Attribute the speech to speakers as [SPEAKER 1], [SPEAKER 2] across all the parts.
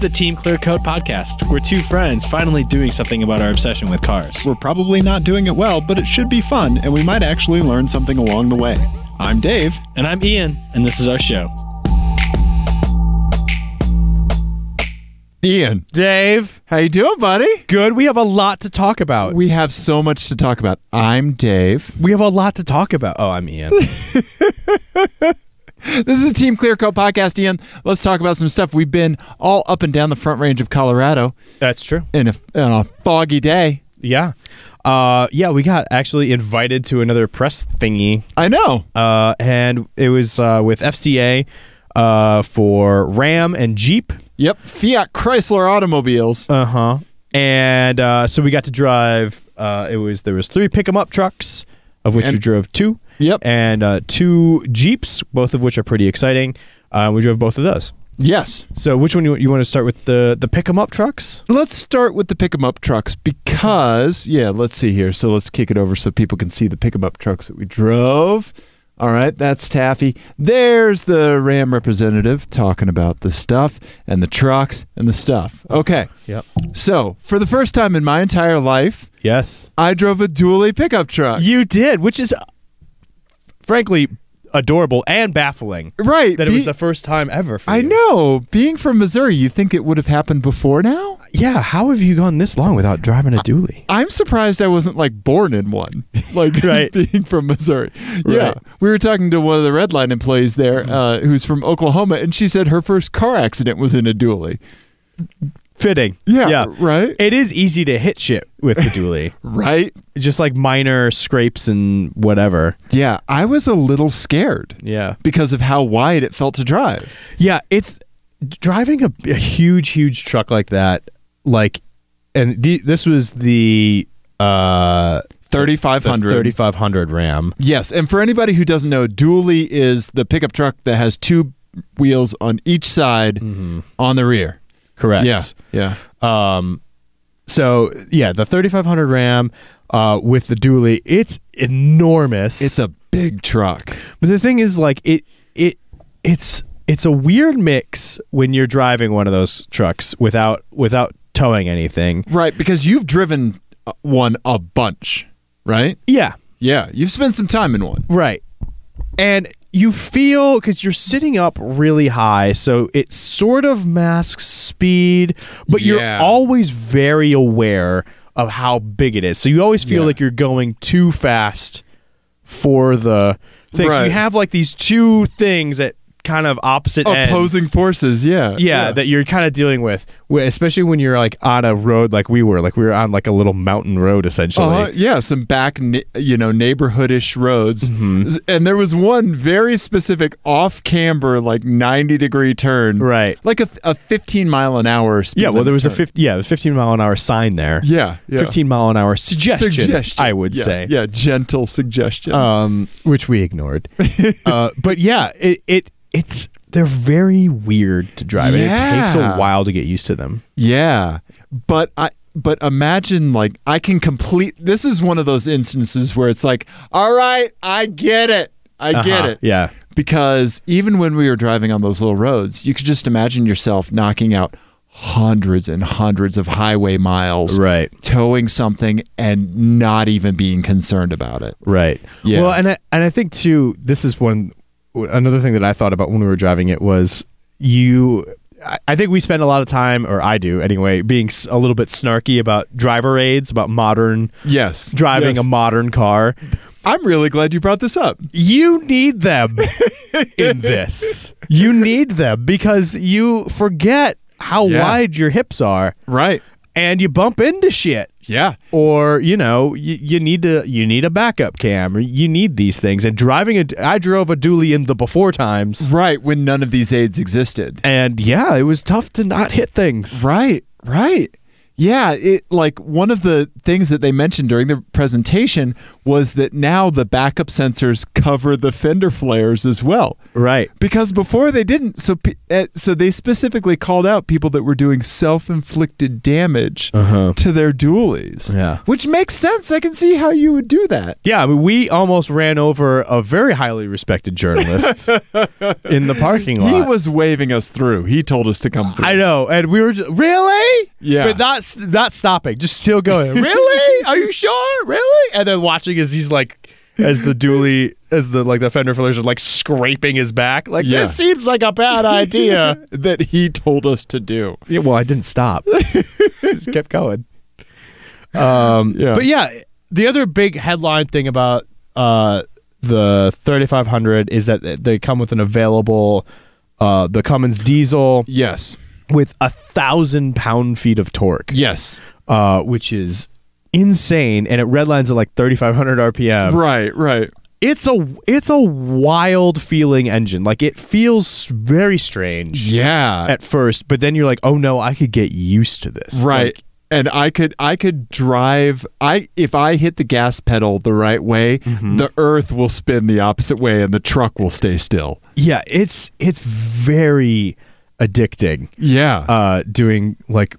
[SPEAKER 1] the Team Clear Coat podcast. We're two friends finally doing something about our obsession with cars.
[SPEAKER 2] We're probably not doing it well, but it should be fun, and we might actually learn something along the way. I'm Dave.
[SPEAKER 1] And I'm Ian, and this is our show.
[SPEAKER 2] Ian.
[SPEAKER 3] Dave,
[SPEAKER 2] How you doing, buddy?
[SPEAKER 3] good. We have a lot to talk about. We,
[SPEAKER 2] We have so much to talk about. I'm Dave.
[SPEAKER 3] have a lot to talk about. Oh, I'm Ian.
[SPEAKER 2] This is a Team Clear Coat podcast, Ian. Let's talk about some stuff. We've been all up and down the front range of Colorado
[SPEAKER 3] That's true.
[SPEAKER 2] in a, on a foggy day.
[SPEAKER 3] Yeah. Uh, yeah, we got actually invited to another press thingy,
[SPEAKER 2] I know.
[SPEAKER 3] uh, and it was uh, with FCA uh, for Ram and Jeep.
[SPEAKER 2] Yep. Fiat Chrysler Automobiles.
[SPEAKER 3] Uh huh. And uh, so we got to drive. Uh, it was there was three pick 'em up trucks, of which
[SPEAKER 2] And-
[SPEAKER 3] we drove two.
[SPEAKER 2] Yep.
[SPEAKER 3] And uh, two Jeeps, both of which are pretty exciting. Uh, we drove both of those.
[SPEAKER 2] Yes.
[SPEAKER 3] So which one you, you want to start with the the pick 'em up trucks?
[SPEAKER 2] Let's start with the pick 'em up trucks because yeah, let's see here. So let's kick it over so people can see the pick 'em up trucks that we drove. All right, that's Taffy. There's the Ram representative talking about the stuff and the trucks and the stuff. Okay.
[SPEAKER 3] Yep.
[SPEAKER 2] So, for the first time in my entire life,
[SPEAKER 3] Yes.
[SPEAKER 2] I drove a dually pickup truck.
[SPEAKER 3] You did, which is frankly adorable and baffling
[SPEAKER 2] right.
[SPEAKER 3] that it was
[SPEAKER 2] be-
[SPEAKER 3] the first time ever. For
[SPEAKER 2] I
[SPEAKER 3] you.
[SPEAKER 2] know. Being from Missouri, you think it would have happened before now?
[SPEAKER 3] Yeah, how have you gone this long without driving a dually?
[SPEAKER 2] I'm surprised I wasn't like born in one, like
[SPEAKER 3] Right.
[SPEAKER 2] being from Missouri. Yeah,
[SPEAKER 3] Right.
[SPEAKER 2] we were talking to one of the Red Line employees there, uh, who's from Oklahoma, and she said her first car accident was in a dually.
[SPEAKER 3] Fitting.
[SPEAKER 2] Yeah, right,
[SPEAKER 3] It is easy to hit shit with the dually,
[SPEAKER 2] right.
[SPEAKER 3] just like minor scrapes and whatever.
[SPEAKER 2] Yeah, I was a little scared
[SPEAKER 3] Yeah.
[SPEAKER 2] because of how wide it felt to drive.
[SPEAKER 3] Yeah, it's driving a, a huge, huge truck like that. Like, and the, this was the uh,
[SPEAKER 2] Thirty-five
[SPEAKER 3] the
[SPEAKER 2] hundred.
[SPEAKER 3] 3500 Ram.
[SPEAKER 2] Yes, and for anybody who doesn't know, dually is the pickup truck that has two wheels on each side
[SPEAKER 3] Mm-hmm.
[SPEAKER 2] on the rear.
[SPEAKER 3] Correct.
[SPEAKER 2] Yeah, yeah.
[SPEAKER 3] Um, so yeah, the 3500 RAM uh, with the dually, it's enormous.
[SPEAKER 2] It's a big truck.
[SPEAKER 3] but the thing is, like it it it's it's a weird mix when you're driving one of those trucks without without towing anything.
[SPEAKER 2] Right, because you've driven uh, one a bunch, right?
[SPEAKER 3] Yeah,
[SPEAKER 2] Yeah, you've spent some time in one.
[SPEAKER 3] right. And you feel because you're sitting up really high, so it sort of masks speed, but
[SPEAKER 2] Yeah.
[SPEAKER 3] you're always very aware of how big it is. So you always feel
[SPEAKER 2] Yeah.
[SPEAKER 3] like you're going too fast for the thing. So
[SPEAKER 2] Right.
[SPEAKER 3] you have like these two things at kind of opposite ends.
[SPEAKER 2] Opposing forces, yeah.
[SPEAKER 3] Yeah, that you're kind of dealing with, wh- especially when you're like on a road like we were, like we were on like a little mountain road essentially.
[SPEAKER 2] uh yeah, some back, ne- you know, neighborhoodish roads,
[SPEAKER 3] Mm-hmm.
[SPEAKER 2] S- and there was one very specific off-camber, like ninety-degree turn,
[SPEAKER 3] Right.
[SPEAKER 2] Like a, a fifteen mile an hour. Speed
[SPEAKER 3] Yeah, well,
[SPEAKER 2] limit
[SPEAKER 3] there was a
[SPEAKER 2] turn.
[SPEAKER 3] 50, yeah, the 15 mile an hour sign there.
[SPEAKER 2] Yeah, yeah.
[SPEAKER 3] 15 mile an hour suggestion,
[SPEAKER 2] suggestion.
[SPEAKER 3] I would
[SPEAKER 2] Yeah,
[SPEAKER 3] say.
[SPEAKER 2] Yeah, gentle suggestion.
[SPEAKER 3] Um, which we ignored. uh, but yeah, it, it it's they're very weird to drive, and it takes
[SPEAKER 2] Yeah.
[SPEAKER 3] a while to get used to them.
[SPEAKER 2] Yeah, but I but imagine like I can complete. This is one of those instances where it's like, all right, I get it, I get
[SPEAKER 3] Uh-huh.
[SPEAKER 2] it.
[SPEAKER 3] Yeah.
[SPEAKER 2] Because even when we were driving on those little roads, you could just imagine yourself knocking out hundreds and hundreds of highway miles,
[SPEAKER 3] Right.
[SPEAKER 2] towing something and not even being concerned about it.
[SPEAKER 3] Right.
[SPEAKER 2] Yeah.
[SPEAKER 3] Well, and I, and I think too, this is one another thing that I thought about when we were driving it was you. I- I think we spend a lot of time, or I do anyway, being s- a little bit snarky about driver aids, about modern
[SPEAKER 2] Yes,
[SPEAKER 3] driving a modern car.
[SPEAKER 2] I'm really glad you brought this up.
[SPEAKER 3] You need them in this. You need them because you forget how
[SPEAKER 2] Yeah.
[SPEAKER 3] wide your hips are,
[SPEAKER 2] Right.
[SPEAKER 3] and you bump into shit
[SPEAKER 2] Yeah.
[SPEAKER 3] or you know you, you need to you need a backup cam or you need these things and driving a i drove a dually in the before times
[SPEAKER 2] Right when none of these aids existed.
[SPEAKER 3] and yeah it was tough to not hit things
[SPEAKER 2] Right, right. Yeah, it like one of the things that they mentioned during the presentation was that now the backup sensors cover the fender flares as well.
[SPEAKER 3] Right.
[SPEAKER 2] Because before they didn't, so pe- uh, so they specifically called out people that were doing self-inflicted damage
[SPEAKER 3] Uh-huh.
[SPEAKER 2] to their dualies.
[SPEAKER 3] Yeah.
[SPEAKER 2] which makes sense. I can see how you would do that.
[SPEAKER 3] Yeah, I mean, we almost ran over a very highly respected journalist in the parking lot.
[SPEAKER 2] He was waving us through. He told us to come through.
[SPEAKER 3] I know, and we were just, really,
[SPEAKER 2] Yeah.
[SPEAKER 3] but not not stopping, just still going. really? Are you sure? Really? And then watching as he's like, as the dually, as the like the fender flares are like scraping his back. Like
[SPEAKER 2] Yeah.
[SPEAKER 3] this seems like a bad idea.
[SPEAKER 2] that he told us to do.
[SPEAKER 3] Yeah, well, I didn't stop. Just kept going. Um,
[SPEAKER 2] Yeah.
[SPEAKER 3] But yeah, the other big headline thing about uh, the 3500 is that they come with an available uh, the Cummins diesel
[SPEAKER 2] Yes.
[SPEAKER 3] with a thousand pound feet of torque,
[SPEAKER 2] Yes.
[SPEAKER 3] uh, which is insane, and it redlines at like 3500 RPM.
[SPEAKER 2] Right, right.
[SPEAKER 3] It's a it's a wild feeling engine. Like it feels very strange
[SPEAKER 2] Yeah.
[SPEAKER 3] at first, but then you're like, oh no, I could get used to this.
[SPEAKER 2] right.
[SPEAKER 3] Like,
[SPEAKER 2] and I could I could drive I if I hit the gas pedal the right way,
[SPEAKER 3] Mm-hmm.
[SPEAKER 2] the earth will spin the opposite way and the truck will stay still.
[SPEAKER 3] yeah it's it's very addicting
[SPEAKER 2] Yeah.
[SPEAKER 3] uh doing like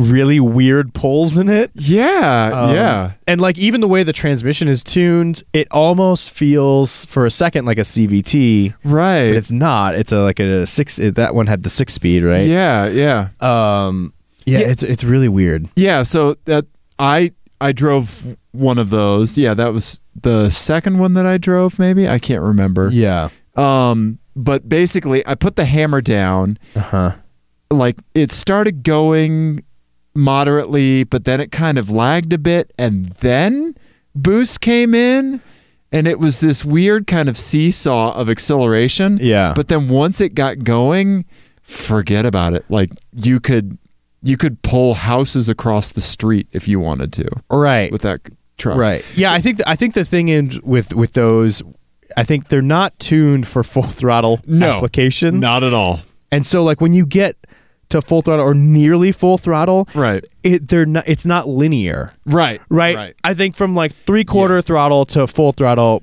[SPEAKER 3] really weird pulls in it
[SPEAKER 2] yeah.
[SPEAKER 3] Um,
[SPEAKER 2] yeah.
[SPEAKER 3] and like even the way the transmission is tuned it almost feels for a second like a cvt
[SPEAKER 2] Right.
[SPEAKER 3] but it's not it's a like a six it, that one had the six speed right
[SPEAKER 2] Yeah, yeah.
[SPEAKER 3] um yeah,
[SPEAKER 2] Yeah.
[SPEAKER 3] it's it's really weird
[SPEAKER 2] Yeah, so that I I drove one of those. Yeah, that was the second one that I drove maybe. I can't remember.
[SPEAKER 3] yeah
[SPEAKER 2] Um but basically I put the hammer down
[SPEAKER 3] uh-huh
[SPEAKER 2] like it started going moderately, but then it kind of lagged a bit, and then boost came in, and it was this weird kind of seesaw of acceleration.
[SPEAKER 3] yeah
[SPEAKER 2] But then once it got going, forget about it. Like you could you could pull houses across the street if you wanted to
[SPEAKER 3] right
[SPEAKER 2] with that truck.
[SPEAKER 3] Right. Yeah, I think th- I think the thing is with with those, I think they're not tuned for full throttle
[SPEAKER 2] No.
[SPEAKER 3] applications.
[SPEAKER 2] at all.
[SPEAKER 3] And so like when you get to full throttle or nearly full throttle,
[SPEAKER 2] Right.
[SPEAKER 3] it they're not it's not linear.
[SPEAKER 2] Right.
[SPEAKER 3] Right? I think from like 3 quarter throttle to full throttle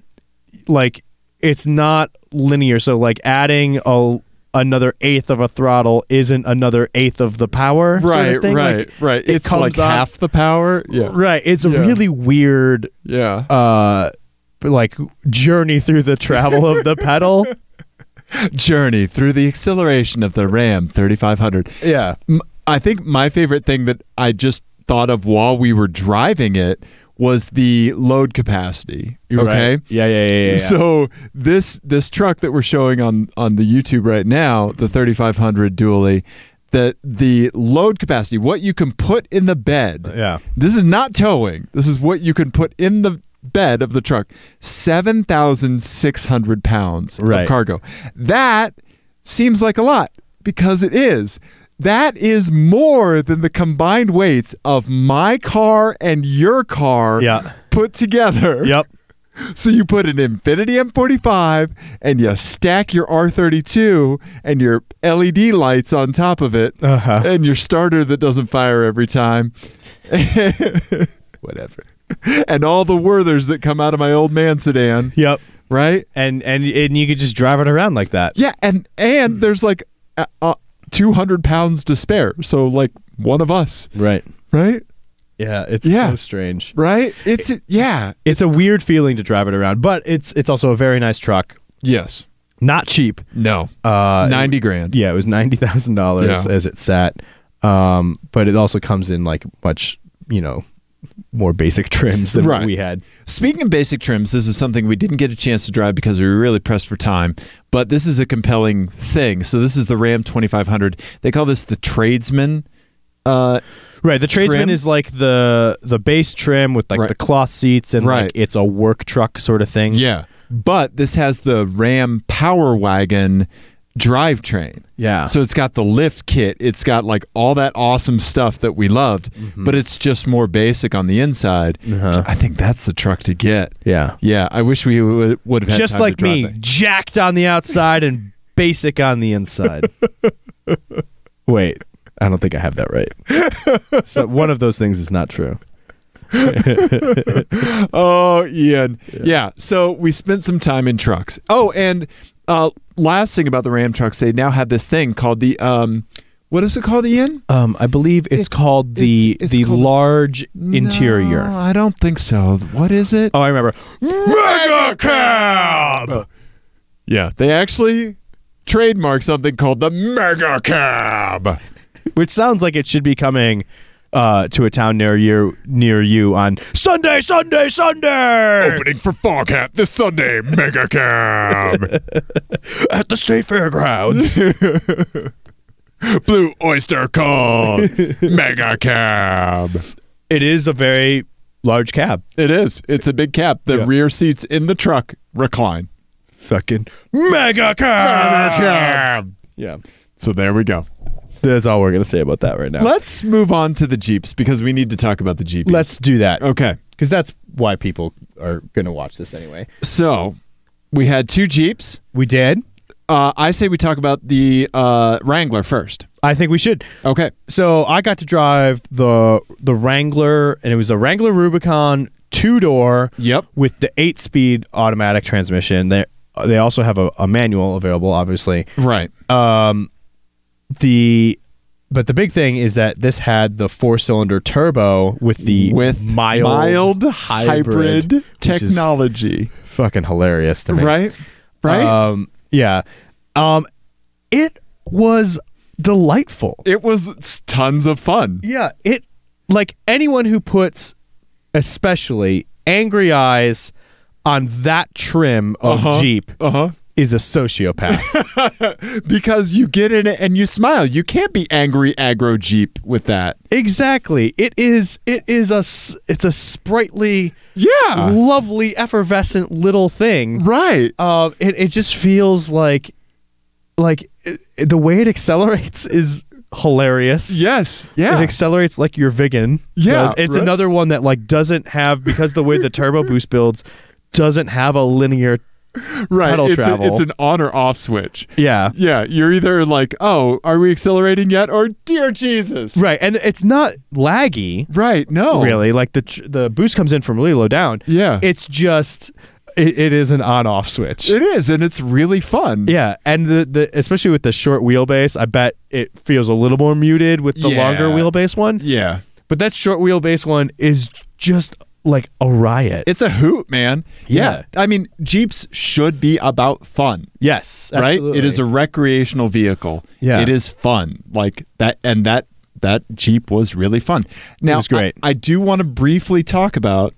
[SPEAKER 3] like it's not linear. So like adding a another eighth of a throttle isn't another eighth of the power. sort of
[SPEAKER 2] Right.
[SPEAKER 3] thing.
[SPEAKER 2] right.
[SPEAKER 3] Like,
[SPEAKER 2] right.
[SPEAKER 3] it
[SPEAKER 2] It's
[SPEAKER 3] comes
[SPEAKER 2] like
[SPEAKER 3] up-
[SPEAKER 2] half the power. Yeah.
[SPEAKER 3] Right. It's a
[SPEAKER 2] Yeah.
[SPEAKER 3] really weird
[SPEAKER 2] Yeah.
[SPEAKER 3] uh like journey through the travel of the pedal.
[SPEAKER 2] Uh, journey through the acceleration of the Ram 3500.
[SPEAKER 3] Yeah.
[SPEAKER 2] M- I think my favorite thing that I just thought of while we were driving it was the load capacity. Okay.
[SPEAKER 3] Yeah, yeah, yeah, yeah. yeah.
[SPEAKER 2] So this this truck that we're showing on on the YouTube right now, the 3500 Dually, the the load capacity, what you can put in the bed.
[SPEAKER 3] yeah.
[SPEAKER 2] This is not towing. This is what you can put in the bed of the truck. 7,600 pounds
[SPEAKER 3] Right.
[SPEAKER 2] of cargo. That seems like a lot because it is. That is more than the combined weights of my car and your car
[SPEAKER 3] Yeah.
[SPEAKER 2] put together.
[SPEAKER 3] Yep.
[SPEAKER 2] So you put an Infinity M45 and you stack your R32 and your LED lights on top of it
[SPEAKER 3] Uh-huh.
[SPEAKER 2] and your starter that doesn't fire every time. Whatever. And all the Werthers that come out of my old man sedan,
[SPEAKER 3] Yep.
[SPEAKER 2] right?
[SPEAKER 3] And and and you could just drive it around like that.
[SPEAKER 2] Yeah, and and there's like uh, uh, 200 pounds to spare. So like one of us,
[SPEAKER 3] Right.
[SPEAKER 2] right?
[SPEAKER 3] Yeah, it's
[SPEAKER 2] Yeah.
[SPEAKER 3] so strange.
[SPEAKER 2] Right? It's yeah.
[SPEAKER 3] It's a weird feeling to drive it around, but it's it's also a very nice truck.
[SPEAKER 2] Yes.
[SPEAKER 3] Not cheap.
[SPEAKER 2] No.
[SPEAKER 3] Uh
[SPEAKER 2] 90 grand.
[SPEAKER 3] Yeah, it was $90,000
[SPEAKER 2] Yeah.
[SPEAKER 3] as it sat. Um but it also comes in like much, you know, more basic trims than
[SPEAKER 2] Right.
[SPEAKER 3] we had.
[SPEAKER 2] Speaking of basic trims, this is something we didn't get a chance to drive because we were really pressed for time, but this is a compelling thing. So this is the Ram 2500. They call this the tradesman. Uh,
[SPEAKER 3] Right, the tradesman
[SPEAKER 2] Trim?
[SPEAKER 3] is like the the base trim with like
[SPEAKER 2] Right.
[SPEAKER 3] the cloth seats and
[SPEAKER 2] Right.
[SPEAKER 3] like it's a work truck sort of thing.
[SPEAKER 2] yeah. But this has the Ram Power Wagon drivetrain.
[SPEAKER 3] Yeah.
[SPEAKER 2] So it's got the lift kit. It's got like all that awesome stuff that we loved, but it's just more basic on the inside.
[SPEAKER 3] Mm-hmm. Uh-huh.
[SPEAKER 2] I think that's the truck to get.
[SPEAKER 3] yeah.
[SPEAKER 2] Yeah, I wish we would, would have had
[SPEAKER 3] Just
[SPEAKER 2] time to
[SPEAKER 3] like
[SPEAKER 2] drive
[SPEAKER 3] me,
[SPEAKER 2] it.
[SPEAKER 3] jacked on the outside and basic on the inside. Wait. I don't think I have that right. so one of those things is not true.
[SPEAKER 2] Oh, Ian. Yeah. So we spent some time in trucks. Oh, and uh, last thing about the Ram trucks, they now have this thing called the um, what is it called, Ian?
[SPEAKER 3] Um, I believe it's,
[SPEAKER 2] It's-
[SPEAKER 3] called the
[SPEAKER 2] it's- it's
[SPEAKER 3] the
[SPEAKER 2] called-
[SPEAKER 3] large
[SPEAKER 2] No,
[SPEAKER 3] interior.
[SPEAKER 2] I don't think so. What is it?
[SPEAKER 3] Oh, I remember. Mega cab.
[SPEAKER 2] Yeah, they actually trademark something called the Mega Cab.
[SPEAKER 3] which sounds like it should be coming uh, to a town near you near you on Sunday, Sunday, Sunday
[SPEAKER 2] Opening for Foghat this Sunday, Mega Cab.
[SPEAKER 3] at the state fairgrounds.
[SPEAKER 2] Blue Oyster Cult, Mega Cab.
[SPEAKER 3] it is a very large cab.
[SPEAKER 2] It is. It's a big cab. The
[SPEAKER 3] Yeah.
[SPEAKER 2] rear seats in the truck recline. Uh,
[SPEAKER 3] Fucking mega cab. Yeah,
[SPEAKER 2] So there we go.
[SPEAKER 3] that's all we're gonna say about that right now.
[SPEAKER 2] Let's move on to the Jeeps because we need to talk about the Jeeps.
[SPEAKER 3] Let's do that
[SPEAKER 2] Okay.
[SPEAKER 3] because that's why people are gonna watch this anyway.
[SPEAKER 2] So we had two Jeeps.
[SPEAKER 3] We did.
[SPEAKER 2] Uh, I say we talk about the uh, Wrangler first.
[SPEAKER 3] I think we should.
[SPEAKER 2] Okay.
[SPEAKER 3] So I got to drive the the Wrangler, and it was a Wrangler Rubicon two door.
[SPEAKER 2] Yep.
[SPEAKER 3] with the eight speed automatic transmission. They they also have a, a manual available, obviously.
[SPEAKER 2] Right.
[SPEAKER 3] Um, the but the big thing is that this had the four cylinder turbo with the
[SPEAKER 2] With
[SPEAKER 3] mild,
[SPEAKER 2] mild hybrid,
[SPEAKER 3] which is
[SPEAKER 2] technology.
[SPEAKER 3] fucking hilarious to me.
[SPEAKER 2] Right. Right.
[SPEAKER 3] Um, yeah. Um, it was delightful.
[SPEAKER 2] it was s- tons of fun.
[SPEAKER 3] Yeah, it like anyone who puts especially angry eyes on that trim of
[SPEAKER 2] Uh-huh.
[SPEAKER 3] Jeep
[SPEAKER 2] Uh huh.
[SPEAKER 3] is a sociopath.
[SPEAKER 2] Because you get in it and you smile. You can't be angry aggro Jeep with that.
[SPEAKER 3] exactly. It is it is a s- it's a sprightly
[SPEAKER 2] Yeah.
[SPEAKER 3] lovely effervescent little thing.
[SPEAKER 2] Right.
[SPEAKER 3] Uh, it it just feels like like i the way it accelerates is hilarious.
[SPEAKER 2] Yes.
[SPEAKER 3] It accelerates like your Vigan.
[SPEAKER 2] Yeah,
[SPEAKER 3] does. It's
[SPEAKER 2] right.
[SPEAKER 3] another one that like doesn't have because the way the turbo boost builds doesn't have a linear
[SPEAKER 2] right.
[SPEAKER 3] pedal
[SPEAKER 2] it's, a-
[SPEAKER 3] travel.
[SPEAKER 2] it's an on or off switch.
[SPEAKER 3] yeah.
[SPEAKER 2] Yeah. You're either like, oh, are we accelerating yet? Or dear Jesus.
[SPEAKER 3] Right. And it's not laggy
[SPEAKER 2] Right. No.
[SPEAKER 3] really. Like the tr- the boost comes in from really low down.
[SPEAKER 2] Yeah.
[SPEAKER 3] It's just it, it is an on-off switch.
[SPEAKER 2] It is, and it's really fun.
[SPEAKER 3] yeah, and the, the especially with the short wheelbase, I bet it feels a little more muted with the
[SPEAKER 2] Yeah.
[SPEAKER 3] longer wheelbase one.
[SPEAKER 2] Yeah.
[SPEAKER 3] But that short wheelbase one is just like a riot.
[SPEAKER 2] It's a hoot, man.
[SPEAKER 3] Yeah.
[SPEAKER 2] I mean, Jeeps should be about fun,
[SPEAKER 3] yes,
[SPEAKER 2] right? It is a recreational vehicle.
[SPEAKER 3] Yeah.
[SPEAKER 2] It is fun. Like that and that that Jeep was really fun. Now
[SPEAKER 3] was great.
[SPEAKER 2] I, I do want to briefly talk about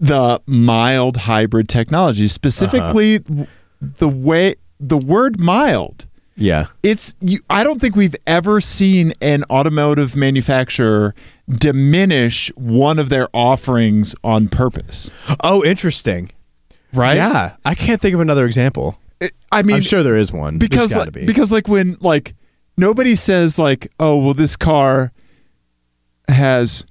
[SPEAKER 2] the mild hybrid technology, specifically
[SPEAKER 3] Uh-huh.
[SPEAKER 2] w- the way the word mild.
[SPEAKER 3] yeah.
[SPEAKER 2] it's you, I don't think we've ever seen an automotive manufacturer diminish one of their offerings on purpose,
[SPEAKER 3] Oh, interesting.
[SPEAKER 2] right?
[SPEAKER 3] yeah, I can't think of another example.
[SPEAKER 2] It- I
[SPEAKER 3] I
[SPEAKER 2] mean,
[SPEAKER 3] am sure there is one. There's
[SPEAKER 2] because
[SPEAKER 3] gotta
[SPEAKER 2] like,
[SPEAKER 3] be.
[SPEAKER 2] because like when like nobody says like, "Oh, well this car has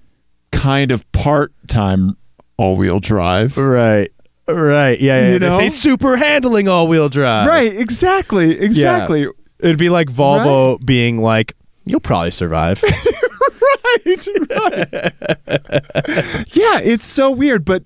[SPEAKER 2] kind of part-time all-wheel drive."
[SPEAKER 3] right, right, yeah, yeah.
[SPEAKER 2] You
[SPEAKER 3] they
[SPEAKER 2] know?
[SPEAKER 3] say super handling all-wheel drive.
[SPEAKER 2] right, exactly. Exactly.
[SPEAKER 3] It'd be like Volvo being like, "You'll probably survive."
[SPEAKER 2] right, right. yeah, it's so weird, but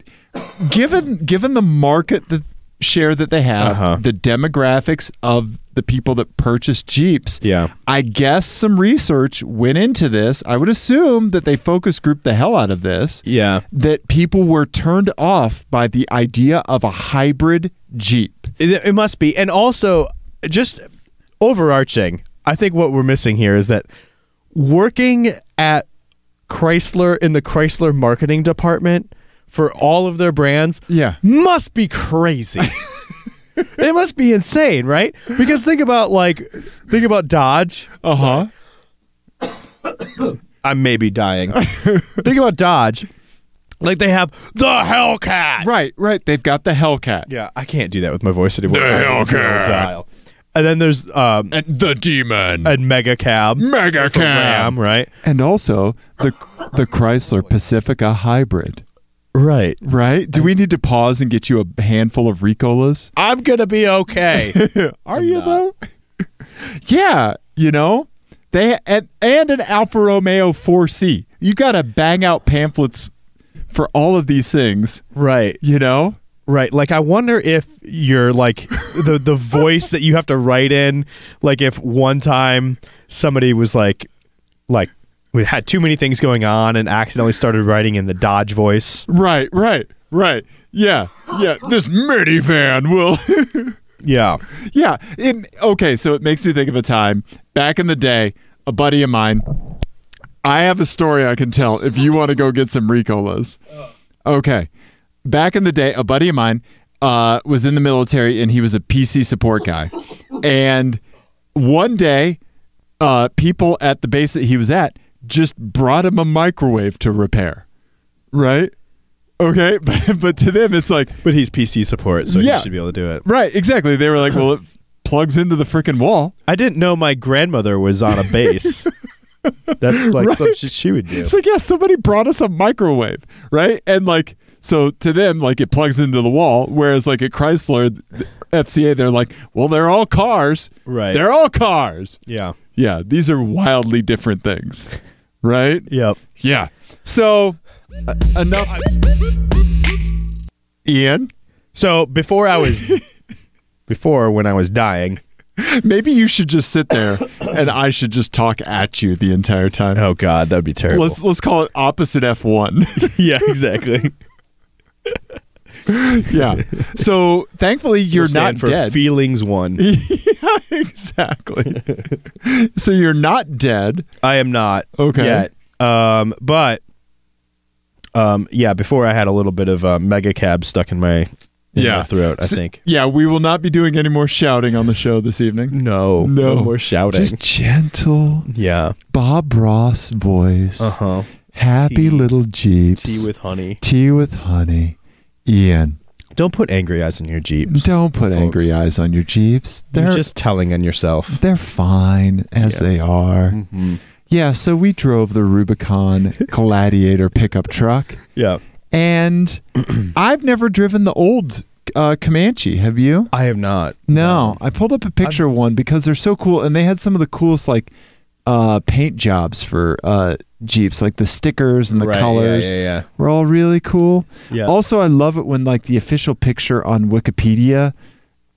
[SPEAKER 2] given given the market the share that they have,
[SPEAKER 3] Uh-huh.
[SPEAKER 2] the demographics of the people that purchase Jeeps,
[SPEAKER 3] Yeah.
[SPEAKER 2] I guess some research went into this. I would assume that they focus grouped the hell out of this.
[SPEAKER 3] yeah.
[SPEAKER 2] That people were turned off by the idea of a hybrid Jeep.
[SPEAKER 3] It, it must be. And also, just overarching, I think what we're missing here is that working at Chrysler in the Chrysler marketing department for all of their brands
[SPEAKER 2] Yeah.
[SPEAKER 3] must be crazy. it must be insane, right? Because think about like think about Dodge.
[SPEAKER 2] Uh huh.
[SPEAKER 3] Uh-huh. I may be dying. think about Dodge. Like they have the Hellcat.
[SPEAKER 2] Right, right. They've got the Hellcat
[SPEAKER 3] Yeah, I can't do that with my voice anymore.
[SPEAKER 4] The
[SPEAKER 3] I have a
[SPEAKER 4] Hellcat.
[SPEAKER 3] little dial. And then there's um
[SPEAKER 4] and the demon.
[SPEAKER 3] and Mega Cab.
[SPEAKER 4] Mega
[SPEAKER 3] for Uh, Ram, right?
[SPEAKER 2] and also the the Chrysler Pacifica Hybrid.
[SPEAKER 3] Right.
[SPEAKER 2] Right? Do we need to pause and get you a handful of Ricolas?
[SPEAKER 3] I'm gonna be okay.
[SPEAKER 2] Are you though? yeah, you know? They and, and an Alfa Romeo 4C. You got to bang out pamphlets for all of these things,
[SPEAKER 3] Right.
[SPEAKER 2] you know?
[SPEAKER 3] Right. Like I wonder if you're like the the voice that you have to write in, like if one time somebody was like like we had too many things going on and accidentally started writing in the Dodge voice.
[SPEAKER 2] Right, right, right. Yeah, yeah. This minivan will.
[SPEAKER 3] Yeah.
[SPEAKER 2] yeah. It, okay, so it makes me think of a time back in the day. A buddy of mine. I have a story I can tell if you want to go get some Ricolas. Okay. Back in the day, a buddy of mine uh, was in the military and he was a PC support guy. And one day, uh, people at the base that he was at just brought him a microwave to repair. Right? Okay. But, but to them, it's like,
[SPEAKER 3] But he's PC support, so
[SPEAKER 2] Yeah.
[SPEAKER 3] he should be able to do it.
[SPEAKER 2] Right, exactly. They were like, well, it plugs into the freaking wall.
[SPEAKER 3] I didn't know my grandmother was on a base. That's like something she- she would do.
[SPEAKER 2] It's like, yeah, somebody brought us a microwave, right? And like, so to them, like, it plugs into the wall. Whereas, like, at Chrysler, th- FCA, they're like, well, they're all cars.
[SPEAKER 3] Right.
[SPEAKER 2] They're all cars.
[SPEAKER 3] Yeah.
[SPEAKER 2] Yeah, these are wildly different things, right?
[SPEAKER 3] Yep.
[SPEAKER 2] Yeah. So, uh, enough. Ian,
[SPEAKER 3] So before I was before when I was dying.
[SPEAKER 2] maybe you should just sit there and I should just talk at you the entire time.
[SPEAKER 3] Oh god, that'd be terrible.
[SPEAKER 2] Let's let's call it opposite F1.
[SPEAKER 3] yeah, exactly.
[SPEAKER 2] yeah. So thankfully you're
[SPEAKER 3] We'll stand
[SPEAKER 2] not
[SPEAKER 3] for
[SPEAKER 2] dead.
[SPEAKER 3] Feelings one.
[SPEAKER 2] yeah, exactly. so you're not dead.
[SPEAKER 3] I am not.
[SPEAKER 2] Okay.
[SPEAKER 3] Yet. Um, but um, yeah, before I had a little bit of uh, mega cab stuck in my in
[SPEAKER 2] Yeah.
[SPEAKER 3] my throat. I
[SPEAKER 2] So-
[SPEAKER 3] think.
[SPEAKER 2] Yeah, we will not be doing any more shouting on the show this evening.
[SPEAKER 3] No,
[SPEAKER 2] No.
[SPEAKER 3] more shouting.
[SPEAKER 2] Just gentle
[SPEAKER 3] yeah.
[SPEAKER 2] Bob Ross voice.
[SPEAKER 3] Uh huh.
[SPEAKER 2] Happy
[SPEAKER 3] Tea.
[SPEAKER 2] little jeeps.
[SPEAKER 3] Tea with honey.
[SPEAKER 2] tea with honey. Ian,
[SPEAKER 3] Don't put angry eyes on your jeeps.
[SPEAKER 2] don't put
[SPEAKER 3] folks.
[SPEAKER 2] angry eyes on your jeeps. They're
[SPEAKER 3] You're just telling on yourself.
[SPEAKER 2] they're fine as
[SPEAKER 3] Yeah. Mm.
[SPEAKER 2] they are.
[SPEAKER 3] Mm-hmm.
[SPEAKER 2] Yeah, so we drove the Rubicon Gladiator pickup truck,
[SPEAKER 3] Yeah.
[SPEAKER 2] and I've never driven the old uh, Comanche. Have you?
[SPEAKER 3] I have not.
[SPEAKER 2] No, I pulled up a picture of one because they're so cool, and they had some of the coolest like uh, paint jobs for uh, Jeeps, like the stickers and the
[SPEAKER 3] Right, yeah,
[SPEAKER 2] colors
[SPEAKER 3] Yeah. Yeah.
[SPEAKER 2] were all really cool.
[SPEAKER 3] Yeah.
[SPEAKER 2] Also, I love it when like the official picture on Wikipedia.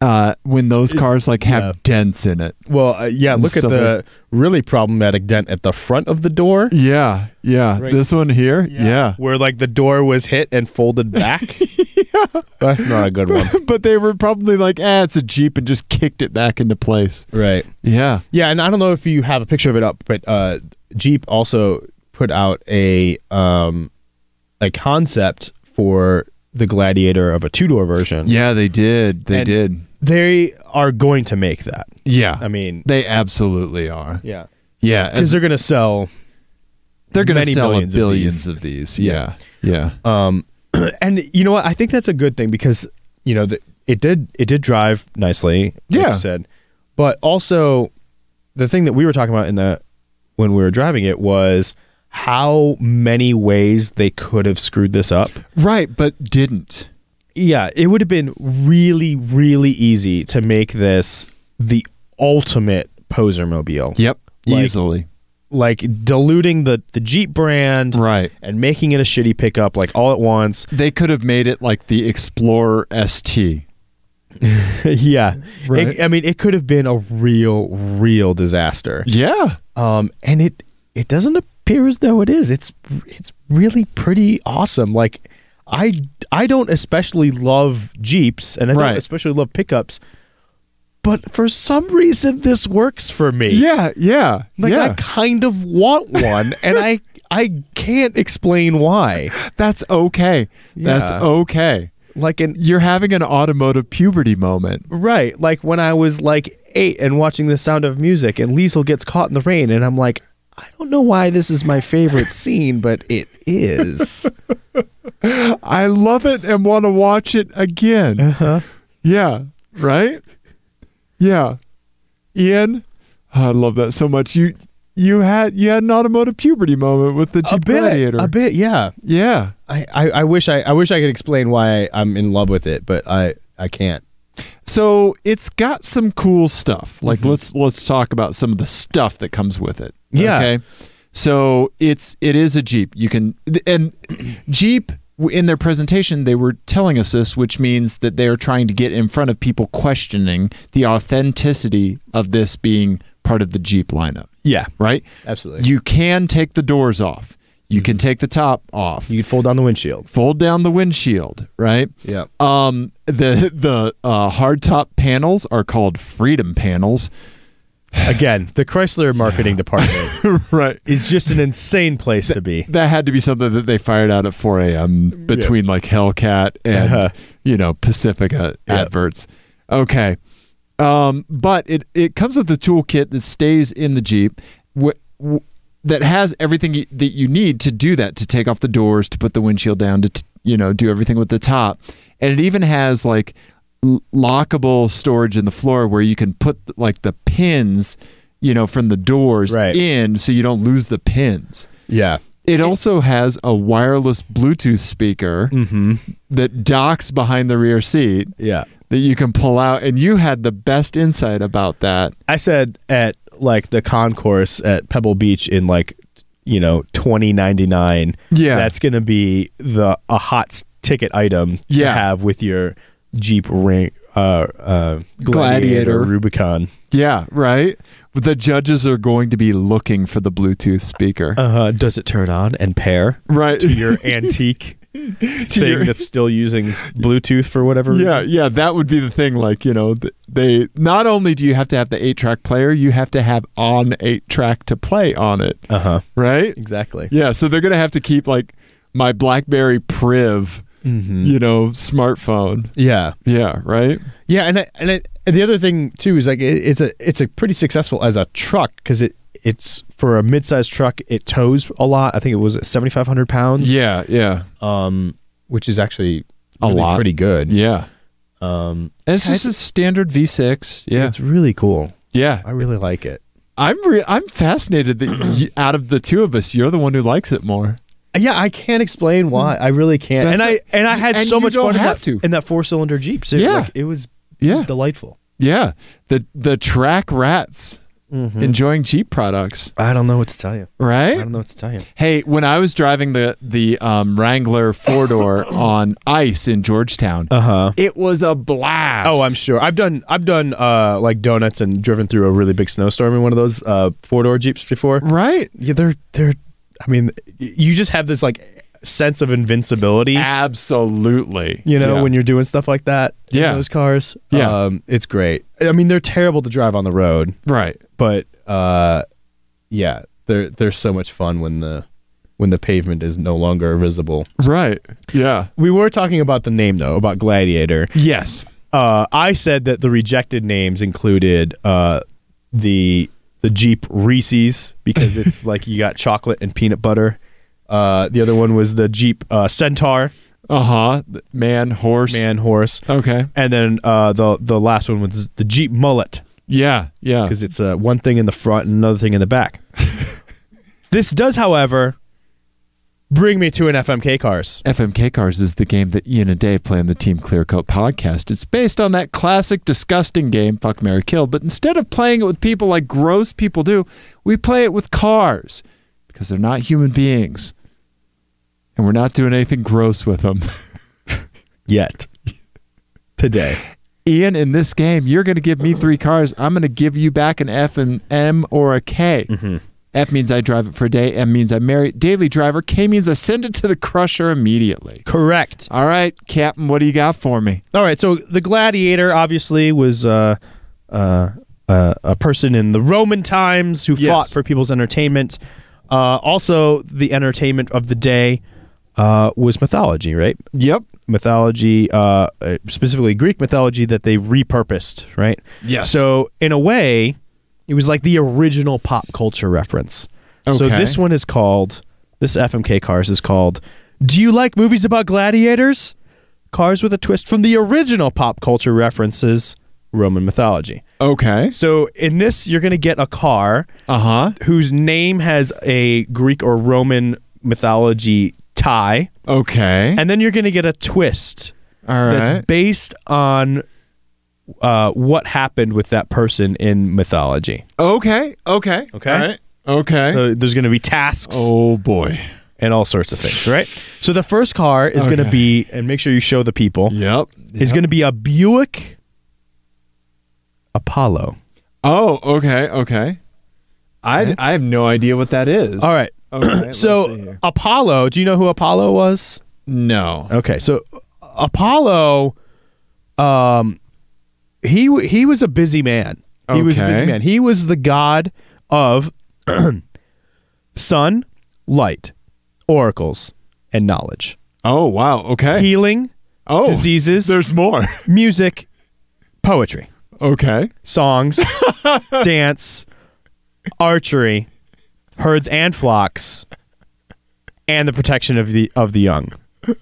[SPEAKER 2] Uh, when those
[SPEAKER 3] Is-
[SPEAKER 2] cars like have
[SPEAKER 3] yeah.
[SPEAKER 2] dents in it.
[SPEAKER 3] Well, uh, yeah.
[SPEAKER 2] And
[SPEAKER 3] Look at
[SPEAKER 2] stuff
[SPEAKER 3] the really problematic dent at the front of the door.
[SPEAKER 2] Yeah, yeah.
[SPEAKER 3] Right.
[SPEAKER 2] This one here, yeah.
[SPEAKER 3] Where like the door was hit and folded back. That's not a good one.
[SPEAKER 2] but they were probably like, ah, it's a Jeep and just kicked it back into place.
[SPEAKER 3] Right.
[SPEAKER 2] Yeah.
[SPEAKER 3] Yeah, and I don't know if you have a picture of it up, but uh, Jeep also put out a um, a concept for the Gladiator of a two door version.
[SPEAKER 2] Yeah, they did. They
[SPEAKER 3] And-
[SPEAKER 2] did.
[SPEAKER 3] They are going to make that.
[SPEAKER 2] Yeah.
[SPEAKER 3] I mean,
[SPEAKER 2] they absolutely are.
[SPEAKER 3] yeah,
[SPEAKER 2] Yeah.
[SPEAKER 3] because
[SPEAKER 2] as-
[SPEAKER 3] they're going to sell.
[SPEAKER 2] they're going to
[SPEAKER 3] many
[SPEAKER 2] sell
[SPEAKER 3] millions of
[SPEAKER 2] billions of these. Yeah. Uh, Yeah.
[SPEAKER 3] Um, and you know what? I think that's a good thing because you know the, it did it did drive nicely. like
[SPEAKER 2] Yeah.
[SPEAKER 3] you said, but also the thing that we were talking about in the when we were driving it was how many ways they could have screwed this up.
[SPEAKER 2] right, but didn't.
[SPEAKER 3] Yeah, it would have been really, really easy to make this the ultimate poser mobile.
[SPEAKER 2] Yep.
[SPEAKER 3] Like-
[SPEAKER 2] easily.
[SPEAKER 3] Like diluting the, the Jeep brand
[SPEAKER 2] Right.
[SPEAKER 3] and making it a shitty pickup like all at once.
[SPEAKER 2] They could have made it like the Explorer ST.
[SPEAKER 3] yeah.
[SPEAKER 2] Right.
[SPEAKER 3] It- I mean, it could have been a real, real disaster.
[SPEAKER 2] Yeah.
[SPEAKER 3] Um, and it it doesn't appear as though it is. It's it's really pretty awesome. Like I I don't especially love Jeeps and I
[SPEAKER 2] Right.
[SPEAKER 3] don't especially love pickups, but for some reason this works for me.
[SPEAKER 2] Yeah. Yeah.
[SPEAKER 3] Like
[SPEAKER 2] yeah.
[SPEAKER 3] I kind of want one and I I can't explain why.
[SPEAKER 2] That's okay. That's
[SPEAKER 3] Yeah.
[SPEAKER 2] okay.
[SPEAKER 3] Like an
[SPEAKER 2] You're having an automotive puberty moment.
[SPEAKER 3] Right. Like when I was like eight and watching The Sound of Music and Liesel gets caught in the rain, and I'm like, I don't know why this is my favorite scene, but it is.
[SPEAKER 2] I love it and want to watch it again.
[SPEAKER 3] huh?
[SPEAKER 2] Yeah, right? Yeah. Ian, I love that so much. You you had you had an automotive puberty moment with the
[SPEAKER 3] A
[SPEAKER 2] Jeep
[SPEAKER 3] bit.
[SPEAKER 2] Gladiator.
[SPEAKER 3] A bit, yeah.
[SPEAKER 2] Yeah.
[SPEAKER 3] I, I, I wish I, I wish I could explain why I'm in love with it, but I, I can't.
[SPEAKER 2] So it's got some cool stuff. Like
[SPEAKER 3] Mm-hmm.
[SPEAKER 2] let's let's talk about some of the stuff that comes with it.
[SPEAKER 3] Yeah.
[SPEAKER 2] Okay. So it's it is a Jeep. You can and Jeep w- in their presentation they were telling us this, which means that they are trying to get in front of people questioning the authenticity of this being part of the Jeep lineup,
[SPEAKER 3] Yeah,
[SPEAKER 2] right?
[SPEAKER 3] absolutely. You
[SPEAKER 2] You can take the doors off. You can take the top off. Mm-hmm. You
[SPEAKER 3] you could fold down the windshield.
[SPEAKER 2] fold down the windshield, right?
[SPEAKER 3] Yeah.
[SPEAKER 2] Um, the the uh, hardtop panels are called freedom panels.
[SPEAKER 3] Again, the Chrysler marketing department
[SPEAKER 2] right.
[SPEAKER 3] is just an insane place to be.
[SPEAKER 2] That had to be something that they fired out at 4 a.m. between like Hellcat and
[SPEAKER 3] Uh-huh.
[SPEAKER 2] you know Pacifica
[SPEAKER 3] Yep.
[SPEAKER 2] adverts. Okay, um, but it it comes with a toolkit that stays in the Jeep. Wh- wh- that has everything you, that you need to do that to take off the doors, to put the windshield down, to t- you know do everything with the top, and it even has like l- lockable storage in the floor where you can put like the pins, you know, from the doors
[SPEAKER 3] Right.
[SPEAKER 2] in, so you don't lose the pins.
[SPEAKER 3] Yeah.
[SPEAKER 2] It also has a wireless Bluetooth speaker
[SPEAKER 3] Mm-hmm.
[SPEAKER 2] that docks behind the rear seat
[SPEAKER 3] Yeah.
[SPEAKER 2] that you can pull out. And you had the best insight about that.
[SPEAKER 3] I said at like the concourse at Pebble Beach in like you know 2099.
[SPEAKER 2] Yeah.
[SPEAKER 3] That's going to be the a hot s- ticket item to
[SPEAKER 2] Yeah.
[SPEAKER 3] have with your Jeep Ring uh, uh,
[SPEAKER 2] Gladiator.
[SPEAKER 3] Rubicon.
[SPEAKER 2] Yeah, right? The judges are going to be looking for the Bluetooth speaker.
[SPEAKER 3] Uh, does it turn on and pair
[SPEAKER 2] right.
[SPEAKER 3] to your antique thing
[SPEAKER 2] your-
[SPEAKER 3] that's still using Bluetooth for whatever reason?
[SPEAKER 2] yeah, yeah, that would be the thing. Like, you know, th- they not only do you have to have the eight track player, you have to have on eight track to play on it,
[SPEAKER 3] Uh huh.
[SPEAKER 2] right?
[SPEAKER 3] Exactly.
[SPEAKER 2] Yeah, so they're going to have to keep like my Blackberry Priv,
[SPEAKER 3] Mm-hmm.
[SPEAKER 2] you know, smartphone.
[SPEAKER 3] Yeah.
[SPEAKER 2] Yeah, right?
[SPEAKER 3] Yeah, and I, and, I, and the other thing too is like it, it's a it's a pretty successful as a truck because it it's for a mid-sized truck it tows a lot. I think it was 7,500 pounds.
[SPEAKER 2] Yeah, yeah.
[SPEAKER 3] Um, which is actually
[SPEAKER 2] A
[SPEAKER 3] really
[SPEAKER 2] lot.
[SPEAKER 3] pretty good.
[SPEAKER 2] Yeah.
[SPEAKER 3] Um,
[SPEAKER 2] And it's
[SPEAKER 3] Can I
[SPEAKER 2] just a standard V6. Yeah.
[SPEAKER 3] it's really cool.
[SPEAKER 2] Yeah.
[SPEAKER 3] I really like it.
[SPEAKER 2] I'm re- I'm fascinated that you, out of the two of us, you're the one who likes it more.
[SPEAKER 3] Yeah, I can't explain why. I really can't.
[SPEAKER 2] Hmm.
[SPEAKER 3] and
[SPEAKER 2] That's
[SPEAKER 3] I
[SPEAKER 2] it.
[SPEAKER 3] and I had
[SPEAKER 2] And
[SPEAKER 3] so
[SPEAKER 2] you
[SPEAKER 3] much
[SPEAKER 2] don't
[SPEAKER 3] fun in
[SPEAKER 2] have
[SPEAKER 3] that,
[SPEAKER 2] to.
[SPEAKER 3] in that four-cylinder Jeep. So
[SPEAKER 2] Yeah.
[SPEAKER 3] like, it was it
[SPEAKER 2] Yeah.
[SPEAKER 3] was delightful.
[SPEAKER 2] Yeah. The the track rats enjoying Jeep products,
[SPEAKER 3] I don't know what to tell you. I
[SPEAKER 2] right?
[SPEAKER 3] don't know what to tell you.
[SPEAKER 2] Hey, when I was driving the the um, Wrangler four door on ice in Georgetown,
[SPEAKER 3] Uh-huh.
[SPEAKER 2] it was a blast.
[SPEAKER 3] Oh, I'm sure. I've done I've done uh like donuts and driven through a really big snowstorm in one of those uh four door jeeps before.
[SPEAKER 2] right.
[SPEAKER 3] Yeah, they're they're I mean, y- you just have this like sense of invincibility,
[SPEAKER 2] Absolutely.
[SPEAKER 3] you know,
[SPEAKER 2] Yeah.
[SPEAKER 3] when you're doing stuff like that in
[SPEAKER 2] Yeah.
[SPEAKER 3] those cars.
[SPEAKER 2] Yeah.
[SPEAKER 3] Um it's great. I mean, they're terrible to drive on the road,
[SPEAKER 2] right.
[SPEAKER 3] but uh yeah, they're they're so much fun when the when the pavement is no longer visible.
[SPEAKER 2] Right. Yeah.
[SPEAKER 3] We were talking about the name though, about Gladiator.
[SPEAKER 2] Yes.
[SPEAKER 3] uh, I said that the rejected names included uh, the the Jeep Reese's because it's like you got chocolate and peanut butter. Uh, the other one was the Jeep uh, Centaur,
[SPEAKER 2] Uh huh. Man, horse.
[SPEAKER 3] man horse,
[SPEAKER 2] Okay.
[SPEAKER 3] and then uh, the the last one was the Jeep Mullet
[SPEAKER 2] Yeah. Yeah.
[SPEAKER 3] because it's uh, one thing in the front and another thing in the back. this does, however, bring me to an FMK cars.
[SPEAKER 2] FMK Cars is the game that Ian and Dave play on the Team Clearcoat podcast. It's based on that classic disgusting game, Fuck Mary Kill, but instead of playing it with people like gross people do, we play it with cars because they're not human beings. And we're not doing anything gross with them.
[SPEAKER 3] Yet today,
[SPEAKER 2] Ian, in this game, you're going to give me three cars. I'm going to give you back an F, an M, or a K.
[SPEAKER 3] Mm-hmm.
[SPEAKER 2] F means I drive it for a day. M means I marry it. Daily driver. K means I send it to the crusher immediately.
[SPEAKER 3] correct.
[SPEAKER 2] All right, Captain, what do you got for me?
[SPEAKER 3] All right, so the gladiator obviously was uh, uh, uh, a person in the Roman times who
[SPEAKER 2] Yes.
[SPEAKER 3] fought for people's entertainment. Uh, also, the entertainment of the day uh, was mythology, right?
[SPEAKER 2] Yep.
[SPEAKER 3] Mythology, uh, uh, specifically Greek mythology, that they repurposed, right?
[SPEAKER 2] Yes.
[SPEAKER 3] So, in a way, it was like the original pop culture reference. So,
[SPEAKER 2] Okay.
[SPEAKER 3] this one is called, this FMK Cars is called, Do You Like Movies About Gladiators? Cars with a Twist from the original pop culture references, Roman mythology.
[SPEAKER 2] Okay.
[SPEAKER 3] So, in this, you're going to get a car
[SPEAKER 2] Uh huh.
[SPEAKER 3] whose name has a Greek or Roman mythology tie,
[SPEAKER 2] Okay.
[SPEAKER 3] and then you're going to get a twist
[SPEAKER 2] All right.
[SPEAKER 3] that's based on uh, what happened with that person in mythology.
[SPEAKER 2] Okay. Okay.
[SPEAKER 3] Okay.
[SPEAKER 2] All right. Okay.
[SPEAKER 3] So there's going to be tasks
[SPEAKER 2] oh boy.
[SPEAKER 3] and all sorts of things, right? So the first car is going to
[SPEAKER 2] Okay.
[SPEAKER 3] be, and make sure you show the people,
[SPEAKER 2] Yep.
[SPEAKER 3] is going to be a Buick Apollo.
[SPEAKER 2] Oh. Okay. Okay. I I have no idea what that is.
[SPEAKER 3] All right.
[SPEAKER 2] Okay, let's see
[SPEAKER 3] So
[SPEAKER 2] here.
[SPEAKER 3] Apollo, do you know who Apollo was?
[SPEAKER 2] no.
[SPEAKER 3] Okay, so Apollo, um, he w- he was a busy man. He was a busy
[SPEAKER 2] Okay.
[SPEAKER 3] man. He was the god of sun, light, oracles, and knowledge,
[SPEAKER 2] Oh wow. Okay.
[SPEAKER 3] healing,
[SPEAKER 2] oh.
[SPEAKER 3] diseases,
[SPEAKER 2] There's more.
[SPEAKER 3] music, poetry,
[SPEAKER 2] okay.
[SPEAKER 3] songs, dance, archery, herds and flocks, and the protection of the of the young. All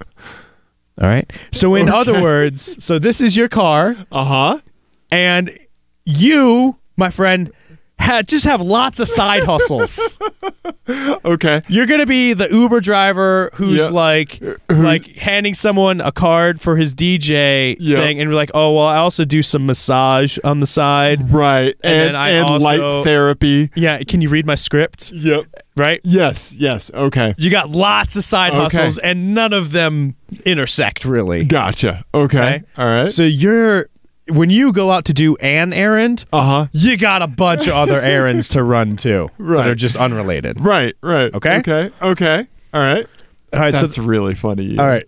[SPEAKER 3] right. So in other words, so this is your car
[SPEAKER 2] Uh
[SPEAKER 3] Uh-huh.
[SPEAKER 2] huh.
[SPEAKER 3] and you, my friend, ha- just have lots of side hustles.
[SPEAKER 2] Okay.
[SPEAKER 3] You're gonna be the Uber driver who's
[SPEAKER 2] Yeah. Uh,
[SPEAKER 3] like, like handing someone a card for his DJ
[SPEAKER 2] Yeah.
[SPEAKER 3] thing, and we're like, oh well, I also do some massage on the
[SPEAKER 2] Mm.
[SPEAKER 3] side.
[SPEAKER 2] Right. And
[SPEAKER 3] And
[SPEAKER 2] and,
[SPEAKER 3] then I
[SPEAKER 2] light
[SPEAKER 3] also-
[SPEAKER 2] therapy.
[SPEAKER 3] Yeah, can you read my script?
[SPEAKER 2] Yep.
[SPEAKER 3] Right?
[SPEAKER 2] Yes. Yes. Okay.
[SPEAKER 3] You got lots of side
[SPEAKER 2] Okay.
[SPEAKER 3] hustles, and none of them intersect really.
[SPEAKER 2] Gotcha. Okay.
[SPEAKER 3] Okay.
[SPEAKER 2] All right.
[SPEAKER 3] So you're when you go out to do an errand,
[SPEAKER 2] uh huh.
[SPEAKER 3] you got a bunch of other errands to run too
[SPEAKER 2] Right.
[SPEAKER 3] that are just unrelated.
[SPEAKER 2] Right. Right.
[SPEAKER 3] Okay?
[SPEAKER 2] Okay. Okay. All right.
[SPEAKER 3] All right,
[SPEAKER 2] That's
[SPEAKER 3] so
[SPEAKER 2] really funny.
[SPEAKER 3] all right.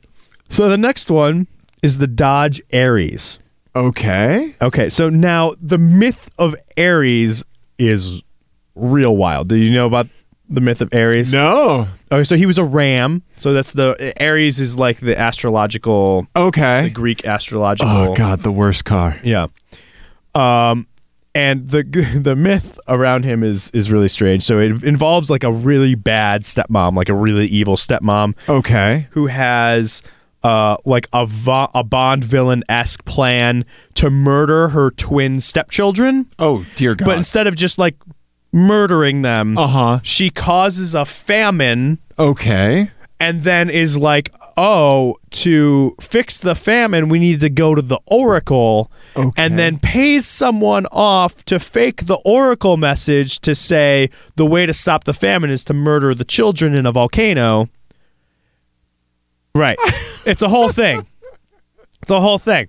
[SPEAKER 3] So the next one is the Dodge Aries.
[SPEAKER 2] Okay.
[SPEAKER 3] Okay, so now the myth of Aries is real wild. Do you know about the myth of Aries?
[SPEAKER 2] No.
[SPEAKER 3] Okay, so he was a ram. So that's the Aries is like the astrological,
[SPEAKER 2] Okay.
[SPEAKER 3] the Greek astrological.
[SPEAKER 2] Oh God, the worst car.
[SPEAKER 3] Yeah. Um, and the the myth around him is is really strange. So it involves like a really bad stepmom, like a really evil stepmom
[SPEAKER 2] Okay.
[SPEAKER 3] who has uh like a vo- a Bond villain esque plan to murder her twin stepchildren,
[SPEAKER 2] Oh dear God.
[SPEAKER 3] but Uh-huh. instead of just like murdering them,
[SPEAKER 2] uh huh.
[SPEAKER 3] she causes a famine
[SPEAKER 2] Okay.
[SPEAKER 3] and then is like, oh, to fix the famine, we need to go to the oracle,
[SPEAKER 2] Okay.
[SPEAKER 3] and then pays someone off to fake the oracle message to say the way to stop the famine is to murder the children in a volcano. Right. it's a whole thing. It's a whole thing.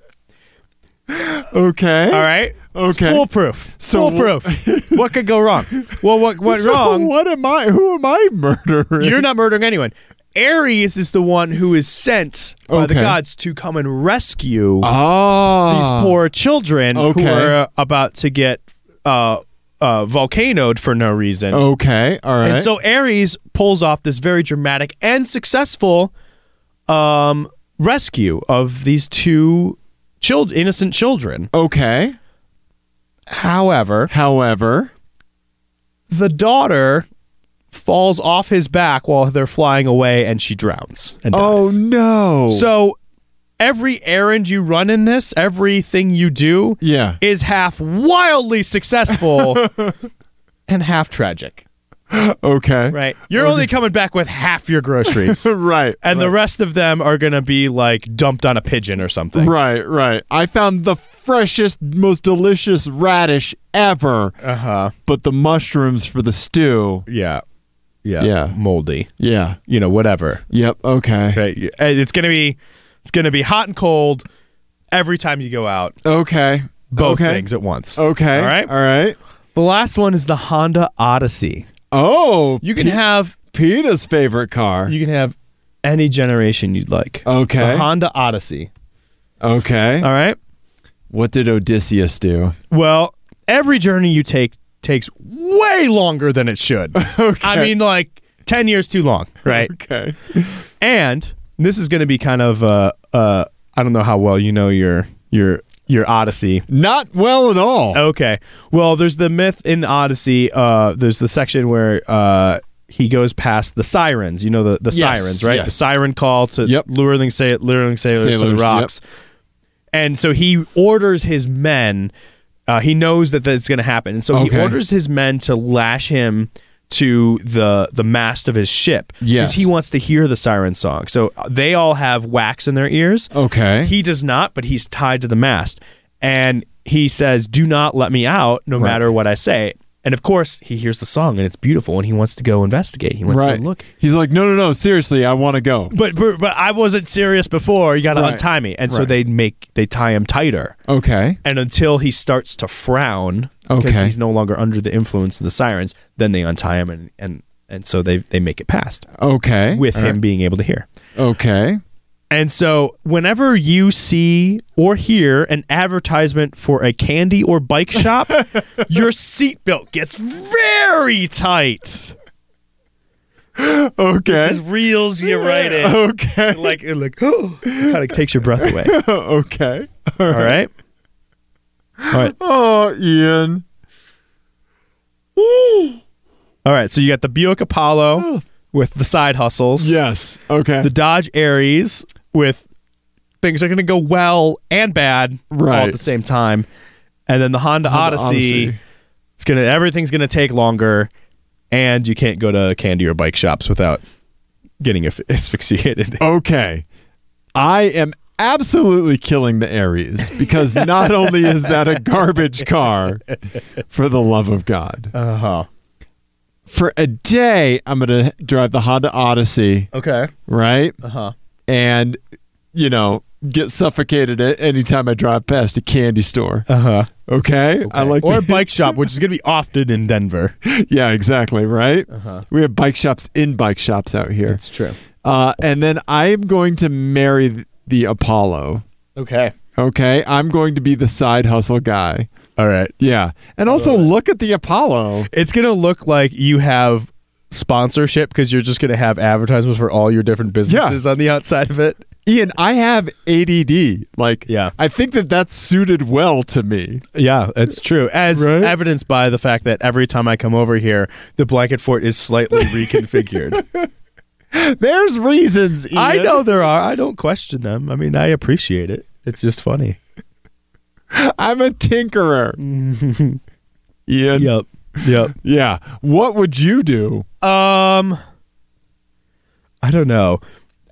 [SPEAKER 2] Okay.
[SPEAKER 3] All right. It's
[SPEAKER 2] Okay.
[SPEAKER 3] foolproof.
[SPEAKER 2] So wh-
[SPEAKER 3] foolproof. what could go wrong? Well, what went
[SPEAKER 2] So
[SPEAKER 3] wrong?
[SPEAKER 2] What am I? Who am I murdering?
[SPEAKER 3] You're not murdering anyone. Ares is the one who is sent by the
[SPEAKER 2] Okay.
[SPEAKER 3] gods to come and rescue
[SPEAKER 2] Oh.
[SPEAKER 3] these poor children
[SPEAKER 2] Okay.
[SPEAKER 3] who are about to get uh, uh, volcanoed for no reason.
[SPEAKER 2] Okay. All right.
[SPEAKER 3] And so Ares pulls off this very dramatic and successful um, rescue of these two child- innocent children.
[SPEAKER 2] okay.
[SPEAKER 3] However,
[SPEAKER 2] However.
[SPEAKER 3] the daughter falls off his back while they're flying away and she drowns and
[SPEAKER 2] Oh
[SPEAKER 3] dies.
[SPEAKER 2] no.
[SPEAKER 3] So every errand you run in this, everything you do
[SPEAKER 2] yeah.
[SPEAKER 3] is half wildly successful and half tragic.
[SPEAKER 2] okay.
[SPEAKER 3] Right. You're only coming back with half your groceries.
[SPEAKER 2] Right.
[SPEAKER 3] And the rest of them are going to be like dumped on a pigeon or something.
[SPEAKER 2] Right, right. I found the freshest, most delicious radish ever,
[SPEAKER 3] Uh huh.
[SPEAKER 2] but the mushrooms for the stew.
[SPEAKER 3] Yeah. yeah.
[SPEAKER 2] Yeah.
[SPEAKER 3] Moldy.
[SPEAKER 2] Yeah.
[SPEAKER 3] You know, whatever.
[SPEAKER 2] Yep. Okay.
[SPEAKER 3] Okay. Uh, It's going to be it's going to be hot and cold every time you go out.
[SPEAKER 2] Okay.
[SPEAKER 3] Both
[SPEAKER 2] okay.
[SPEAKER 3] things at once.
[SPEAKER 2] Okay.
[SPEAKER 3] All right.
[SPEAKER 2] All right.
[SPEAKER 3] The last one is the Honda Odyssey.
[SPEAKER 2] Oh,
[SPEAKER 3] You can have
[SPEAKER 2] Peta's favorite car.
[SPEAKER 3] You can have any generation you'd like.
[SPEAKER 2] Oh, Okay.
[SPEAKER 3] The Honda Odyssey. Uh-huh.
[SPEAKER 2] okay.
[SPEAKER 3] All right.
[SPEAKER 2] What did Odysseus do?
[SPEAKER 3] Well, every journey you take takes way longer than it should.
[SPEAKER 2] Okay.
[SPEAKER 3] I mean, like 10 years too long, right?
[SPEAKER 2] Okay.
[SPEAKER 3] And this is going to be kind of, uh, uh, I don't know how well you know your, your, your Odyssey.
[SPEAKER 2] Not well at all.
[SPEAKER 3] Okay. Well, there's the myth in Odyssey. Uh, there's the section where uh, he goes past the sirens. You know the, the
[SPEAKER 2] Yes,
[SPEAKER 3] sirens, right?
[SPEAKER 2] yes.
[SPEAKER 3] The siren call to
[SPEAKER 2] Yep.
[SPEAKER 3] luring, sa- luring sailors, to the
[SPEAKER 2] Sailors,
[SPEAKER 3] rocks. And so he orders his men. Uh, he knows that that's going to happen, and so he
[SPEAKER 2] Okay.
[SPEAKER 3] orders his men to lash him to the the mast of his ship because
[SPEAKER 2] Yes.
[SPEAKER 3] he wants to hear the siren song. So uh, they all have wax in their ears.
[SPEAKER 2] Okay.
[SPEAKER 3] He does not, but he's tied to the mast. and he says, "Do not let me out, no
[SPEAKER 2] Right.
[SPEAKER 3] matter what I say." And of course, he hears the song and it's beautiful, and he wants to go investigate. He wants to
[SPEAKER 2] Right.
[SPEAKER 3] go look.
[SPEAKER 2] He's like, no, no, no. Seriously, I want to go.
[SPEAKER 3] But, but but I wasn't serious before. You got to
[SPEAKER 2] Right.
[SPEAKER 3] untie me, and so
[SPEAKER 2] Right.
[SPEAKER 3] they make they tie him tighter.
[SPEAKER 2] Okay.
[SPEAKER 3] And until he starts to frown, because
[SPEAKER 2] Okay.
[SPEAKER 3] he's no longer under the influence of the sirens, then they untie him, and and and so they they make it past
[SPEAKER 2] Okay.
[SPEAKER 3] with
[SPEAKER 2] All
[SPEAKER 3] him being able to hear.
[SPEAKER 2] right. Okay.
[SPEAKER 3] And so, whenever you see or hear an advertisement for a candy or bike shop, your seatbelt gets very tight.
[SPEAKER 2] Okay.
[SPEAKER 3] Just reels you right in.
[SPEAKER 2] Okay.
[SPEAKER 3] Like, it like, kind of takes your breath away.
[SPEAKER 2] okay.
[SPEAKER 3] All right. All right.
[SPEAKER 2] Oh, Ian.
[SPEAKER 3] All right. So, you got the Buick Apollo with the side hustles.
[SPEAKER 2] Yes. Okay.
[SPEAKER 3] The Dodge Aries with things that are going to go well and bad all
[SPEAKER 2] Right.
[SPEAKER 3] at the same time. And then the Honda, Odyssey.
[SPEAKER 2] Odyssey.
[SPEAKER 3] It's gonna everything's gonna take longer, and you can't go to candy or bike shops without getting asphy- asphyxiated.
[SPEAKER 2] Okay. I am absolutely killing the Aries because not only is that a garbage car, for the love of God.
[SPEAKER 3] Uh huh.
[SPEAKER 2] For a day, I'm going to drive the Honda Odyssey,
[SPEAKER 3] Okay.
[SPEAKER 2] right?
[SPEAKER 3] Uh huh.
[SPEAKER 2] And, you know, get suffocated at any time I drive past a candy store.
[SPEAKER 3] Uh huh.
[SPEAKER 2] Okay? I like
[SPEAKER 3] or a
[SPEAKER 2] the-
[SPEAKER 3] bike shop, which is gonna be often in Denver.
[SPEAKER 2] Yeah, exactly, right?
[SPEAKER 3] huh.
[SPEAKER 2] We have bike shops in bike shops out here.
[SPEAKER 3] true.
[SPEAKER 2] Uh, and then I am going to marry th- the Apollo.
[SPEAKER 3] Okay.
[SPEAKER 2] Okay, I'm going to be the side hustle guy.
[SPEAKER 3] All right.
[SPEAKER 2] Yeah, and also look at the Apollo.
[SPEAKER 3] It's gonna look like you have sponsorship because you're just gonna have advertisements for all your different businesses on the outside of it.
[SPEAKER 2] Ian, I have ADD. Like,
[SPEAKER 3] Yeah.
[SPEAKER 2] I think that that's suited well to me.
[SPEAKER 3] Yeah, it's true. As
[SPEAKER 2] Right?
[SPEAKER 3] evidenced by the fact that every time I come over here, the blanket fort is slightly reconfigured.
[SPEAKER 2] There's reasons. Ian.
[SPEAKER 3] I know there are. I don't question them. I mean, I appreciate it. It's just funny.
[SPEAKER 2] I'm a tinkerer. Ian.
[SPEAKER 3] Yep. Yep.
[SPEAKER 2] Yeah. What would you do?
[SPEAKER 3] Um I don't know.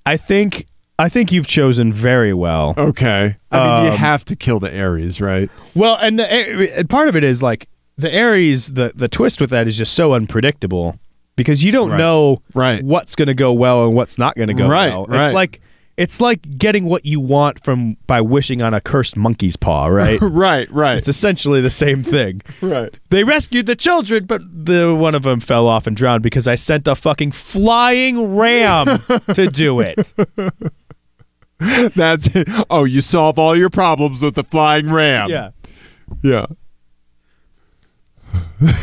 [SPEAKER 3] I think I think you've chosen very well.
[SPEAKER 2] Okay. I mean, you
[SPEAKER 3] Um,
[SPEAKER 2] have to kill the Aries, right?
[SPEAKER 3] Well, and the A- and part of it is like the Aries the the twist with that is just so unpredictable because you don't
[SPEAKER 2] Right.
[SPEAKER 3] know
[SPEAKER 2] Right.
[SPEAKER 3] what's going to go well and what's not going to go
[SPEAKER 2] Right,
[SPEAKER 3] well.
[SPEAKER 2] right.
[SPEAKER 3] It's like it's like getting what you want from by wishing on a cursed monkey's paw, right?
[SPEAKER 2] right. Right.
[SPEAKER 3] it's essentially the same thing.
[SPEAKER 2] right.
[SPEAKER 3] They rescued the children, but the one of them fell off and drowned because I sent a fucking flying ram to do it.
[SPEAKER 2] Um, That's it. Oh, you solve all your problems with the flying ram.
[SPEAKER 3] Yeah.
[SPEAKER 2] Yeah.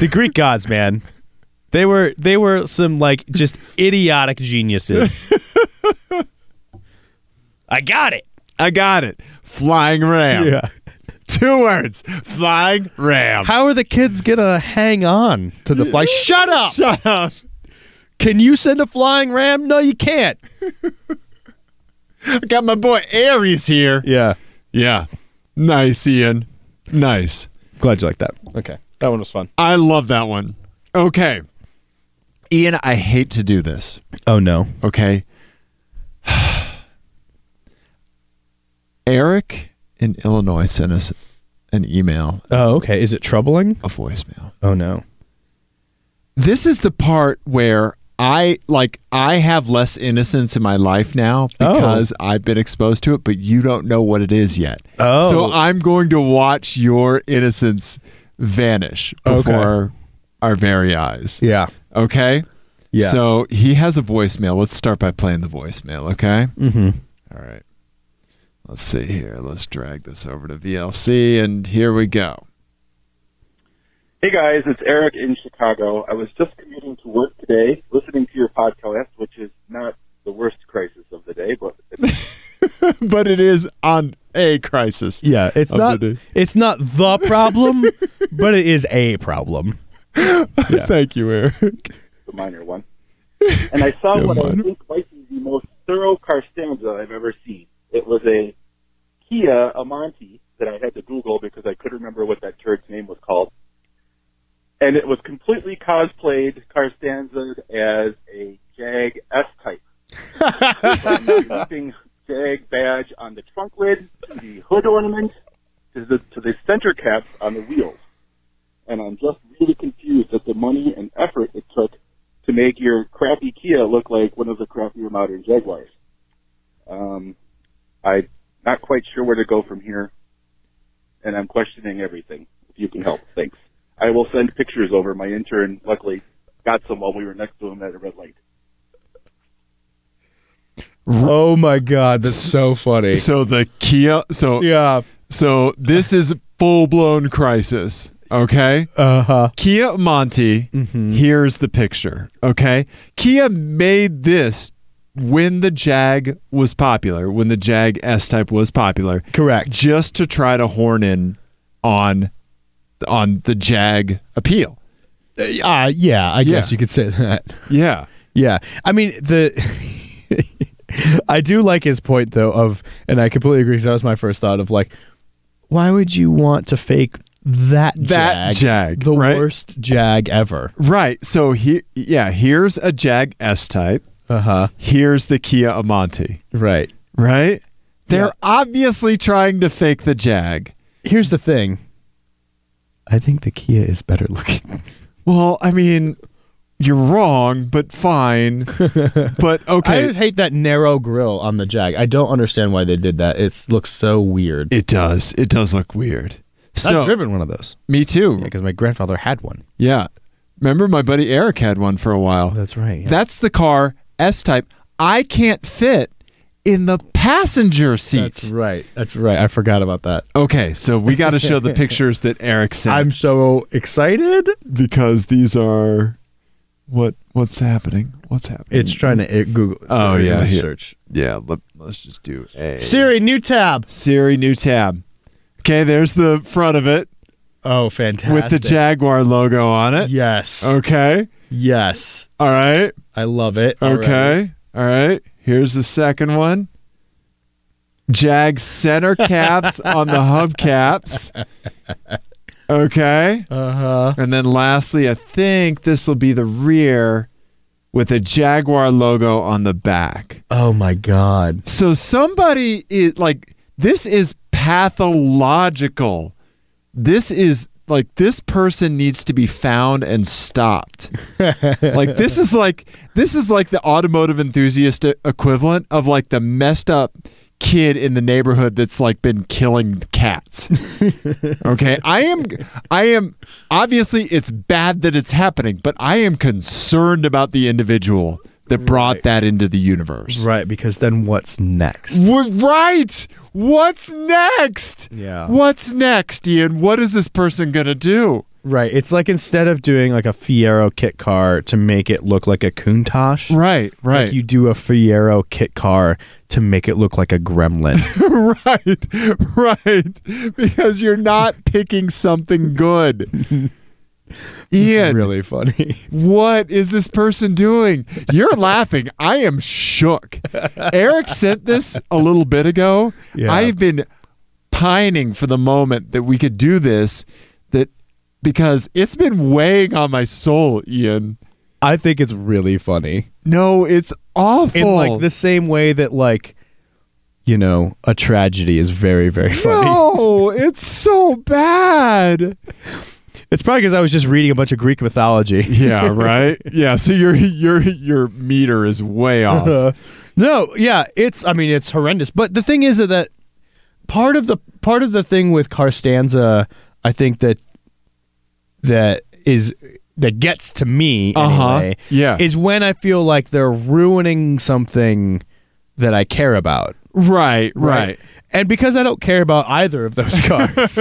[SPEAKER 3] The Greek gods, man. They were they were some like just idiotic geniuses. I got it.
[SPEAKER 2] I got it. Flying ram. Two words. Flying ram.
[SPEAKER 3] How are the kids gonna hang on to the fly? Shut up!
[SPEAKER 2] Shut up.
[SPEAKER 3] Can you send a flying ram? No, you can't.
[SPEAKER 2] I got my boy Aries here.
[SPEAKER 3] Yeah.
[SPEAKER 2] Yeah. Nice, Ian. Nice.
[SPEAKER 3] Glad you like that. Okay. That one was fun.
[SPEAKER 2] I love that one. Okay. Ian, I hate to do this.
[SPEAKER 3] Oh no.
[SPEAKER 2] Okay. Eric in Illinois sent us an email,
[SPEAKER 3] Oh, okay. Is it troubling?
[SPEAKER 2] a voicemail.
[SPEAKER 3] Oh no.
[SPEAKER 2] this is the part where I like I have less innocence in my life now
[SPEAKER 3] Oh.
[SPEAKER 2] because I've been exposed to it, but you don't know what it is yet.
[SPEAKER 3] Oh.
[SPEAKER 2] So I'm going to watch your innocence vanish
[SPEAKER 3] Okay.
[SPEAKER 2] before our very eyes.
[SPEAKER 3] Yeah.
[SPEAKER 2] Okay?
[SPEAKER 3] Yeah.
[SPEAKER 2] So he has a voicemail. Let's start by playing the voicemail, okay?
[SPEAKER 3] Mm-hmm.
[SPEAKER 2] All right. Let's see here. Let's drag this over to VLC and here we go.
[SPEAKER 4] Hey guys, it's Eric in Chicago. I was just commuting to work today, listening to your podcast, which is not the worst crisis of the day, but it's
[SPEAKER 2] but it is on a crisis.
[SPEAKER 3] Yeah. It's
[SPEAKER 2] Of
[SPEAKER 3] not.
[SPEAKER 2] the day.
[SPEAKER 3] It's not the problem, but it is a problem. Yeah.
[SPEAKER 2] Thank you, Eric.
[SPEAKER 4] a minor one. And I saw
[SPEAKER 2] Yeah,
[SPEAKER 4] what
[SPEAKER 2] minor.
[SPEAKER 4] I think might be the most thorough car stanza I've ever seen. It was a Kia Amante that I had to Google because I couldn't remember what that turd's name was called. And it was completely cosplayed car stanzas as a Jag S type. with a leaping Jag badge on the trunk lid, to the hood ornament, to the, to the center caps on the wheels. And I'm just really confused at the money and effort it took to make your crappy Kia look like one of the crappier modern Jaguars. Um, I'm not quite sure where to go from here, and I'm questioning everything. If you can help, thanks. I will send pictures over. My intern, luckily, got some while we were next to him at a red light.
[SPEAKER 3] Oh my god, that's so funny.
[SPEAKER 2] So the Kia. So
[SPEAKER 3] Yeah.
[SPEAKER 2] so this is full blown crisis. Okay.
[SPEAKER 3] Uh huh.
[SPEAKER 2] Kia Monty,
[SPEAKER 3] Mm-hmm.
[SPEAKER 2] here's the picture. Okay. Kia made this when the Jag was popular, when the Jag S type was popular,
[SPEAKER 3] Correct.
[SPEAKER 2] just to try to horn in on on the Jag appeal.
[SPEAKER 3] Uh, yeah, I guess you could say that.
[SPEAKER 2] Yeah.
[SPEAKER 3] Yeah. I mean, the. I do like his point, though, of, and I completely agree 'cause that was my first thought of like, why would you want to fake that
[SPEAKER 2] That Jag,
[SPEAKER 3] the
[SPEAKER 2] right?
[SPEAKER 3] worst jag ever?
[SPEAKER 2] Right. So he yeah, here's a Jag S type.
[SPEAKER 3] Uh huh.
[SPEAKER 2] Here's the Kia Amante.
[SPEAKER 3] Right.
[SPEAKER 2] Right? They're
[SPEAKER 3] Yeah.
[SPEAKER 2] obviously trying to fake the Jag.
[SPEAKER 3] Here's the thing. I think the Kia is better looking.
[SPEAKER 2] Well, I mean, you're wrong, but fine. but okay.
[SPEAKER 3] I hate that narrow grill on the Jag. I don't understand why they did that. It looks so weird.
[SPEAKER 2] it does. It does look weird.
[SPEAKER 3] I've
[SPEAKER 2] So
[SPEAKER 3] driven one of those.
[SPEAKER 2] me too.
[SPEAKER 3] Yeah,
[SPEAKER 2] Yeah,
[SPEAKER 3] because my grandfather had one.
[SPEAKER 2] Remember my buddy Eric had one for a while.
[SPEAKER 3] That's right.
[SPEAKER 2] That's the car S type. I can't fit in the passenger seat.
[SPEAKER 3] That's right. That's right. I forgot about that.
[SPEAKER 2] Okay, so we got to show the pictures that Eric sent
[SPEAKER 3] I'm so excited.
[SPEAKER 2] because these are what what's happening. What's happening?
[SPEAKER 3] It's trying to it, Google.
[SPEAKER 2] Oh,
[SPEAKER 3] Siri,
[SPEAKER 2] yeah,
[SPEAKER 3] let's
[SPEAKER 2] here.
[SPEAKER 3] Search
[SPEAKER 2] yeah. Let, let's just do a
[SPEAKER 3] Siri new tab.
[SPEAKER 2] Siri new tab. Okay, there's the front of it
[SPEAKER 3] Oh, fantastic!
[SPEAKER 2] with the Jaguar logo on it.
[SPEAKER 3] Yes.
[SPEAKER 2] Okay.
[SPEAKER 3] Yes.
[SPEAKER 2] All right.
[SPEAKER 3] I love it. already.
[SPEAKER 2] Okay. All right. Here's the second one. Jag center caps on the hubcaps. Okay.
[SPEAKER 3] Uh huh.
[SPEAKER 2] And then lastly, I think this will be the rear with a Jaguar logo on the back.
[SPEAKER 3] Oh my God.
[SPEAKER 2] So somebody is like, this is pathological. This is like, this person needs to be found and stopped. like, this is like, this is like the automotive enthusiast e- equivalent of like the messed up kid in the neighborhood that's like been killing cats. okay. I am, I am, obviously it's bad that it's happening, but I am concerned about the individual that brought that into the universe.
[SPEAKER 3] Right, because then what's next?
[SPEAKER 2] We're right. What's next?
[SPEAKER 3] Yeah.
[SPEAKER 2] What's next, Ian? What is this person gonna do?
[SPEAKER 3] Right. It's like instead of doing like a Fiero kit car to make it look like a Countach,
[SPEAKER 2] Right, right,
[SPEAKER 3] like you do a Fiero kit car to make it look like a Gremlin.
[SPEAKER 2] right, right. Because you're not picking something good.
[SPEAKER 3] it's
[SPEAKER 2] Ian,
[SPEAKER 3] really funny.
[SPEAKER 2] what is this person doing? You're laughing. I am shook. Eric sent this a little bit ago.
[SPEAKER 3] Yeah.
[SPEAKER 2] I've been pining for the moment that we could do this that because it's been weighing on my soul, Ian.
[SPEAKER 3] I think it's really funny.
[SPEAKER 2] No, it's awful.
[SPEAKER 3] in like the same way that like you know a tragedy is very very funny
[SPEAKER 2] No, it's so bad.
[SPEAKER 3] it's probably because i was just reading a bunch of greek mythology
[SPEAKER 2] Yeah, right. yeah, so your your your meter is way off.
[SPEAKER 3] no yeah it's i mean it's horrendous but the thing is that part of the part of the thing with carstanza i think that that is that gets to me
[SPEAKER 2] Uh-huh.
[SPEAKER 3] anyway,
[SPEAKER 2] Yeah.
[SPEAKER 3] is when i feel like they're ruining something that i care about
[SPEAKER 2] right,
[SPEAKER 3] and because i don't care about either of those cars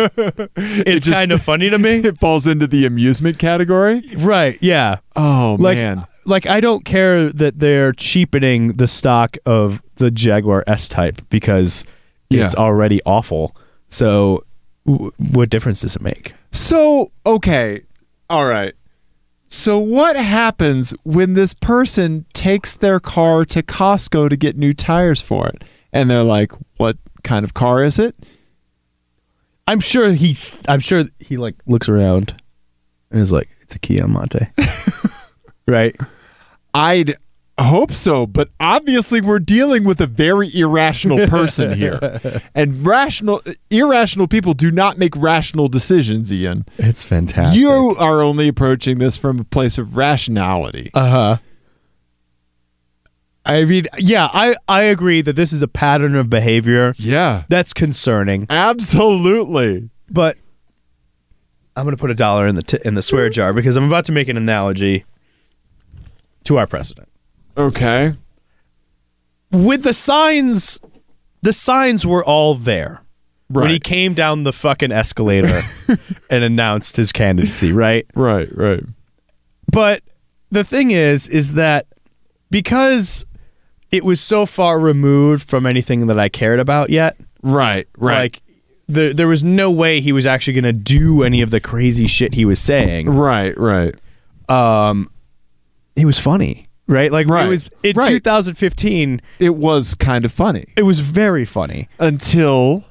[SPEAKER 3] it's
[SPEAKER 2] just-
[SPEAKER 3] kind of funny to me
[SPEAKER 2] It falls into the amusement category.
[SPEAKER 3] Right. Yeah.
[SPEAKER 2] Oh
[SPEAKER 3] Like,
[SPEAKER 2] man.
[SPEAKER 3] like I don't care that they're cheapening the stock of the Jaguar S Type because
[SPEAKER 2] Yeah.
[SPEAKER 3] it's already awful. So, w- what difference does it make?
[SPEAKER 2] So, okay. All right. So, what happens when this person takes their car to Costco to get new tires for it? And they're like, what kind of car is it?
[SPEAKER 3] I'm sure he's. I'm sure he like looks around and is like, "It's a Kia Monte." right.
[SPEAKER 2] I'd I hope so, but obviously we're dealing with a very irrational person here. and rational irrational people do not make rational decisions, Ian.
[SPEAKER 3] It's fantastic.
[SPEAKER 2] You are only approaching this from a place of rationality.
[SPEAKER 3] Uh huh. I mean, yeah, I I agree that this is a pattern of behavior
[SPEAKER 2] yeah.
[SPEAKER 3] that's concerning,
[SPEAKER 2] Absolutely.
[SPEAKER 3] but I'm gonna put a dollar in the t- in the swear jar because I'm about to make an analogy to our president
[SPEAKER 2] Okay.
[SPEAKER 3] with the signs. The signs were all there. when he
[SPEAKER 2] Right.
[SPEAKER 3] came down the fucking escalator and announced his candidacy, right?
[SPEAKER 2] right, right.
[SPEAKER 3] But the thing is, is that because it was so far removed from anything that I cared about yet,
[SPEAKER 2] Right,
[SPEAKER 3] like the, there was no way he was actually going to do any of the crazy shit he was saying.
[SPEAKER 2] right, right.
[SPEAKER 3] Um, he was funny, right? Like
[SPEAKER 2] Right.
[SPEAKER 3] it was in
[SPEAKER 2] Right.
[SPEAKER 3] 2015,
[SPEAKER 2] It was kind of funny
[SPEAKER 3] it was very funny.
[SPEAKER 2] until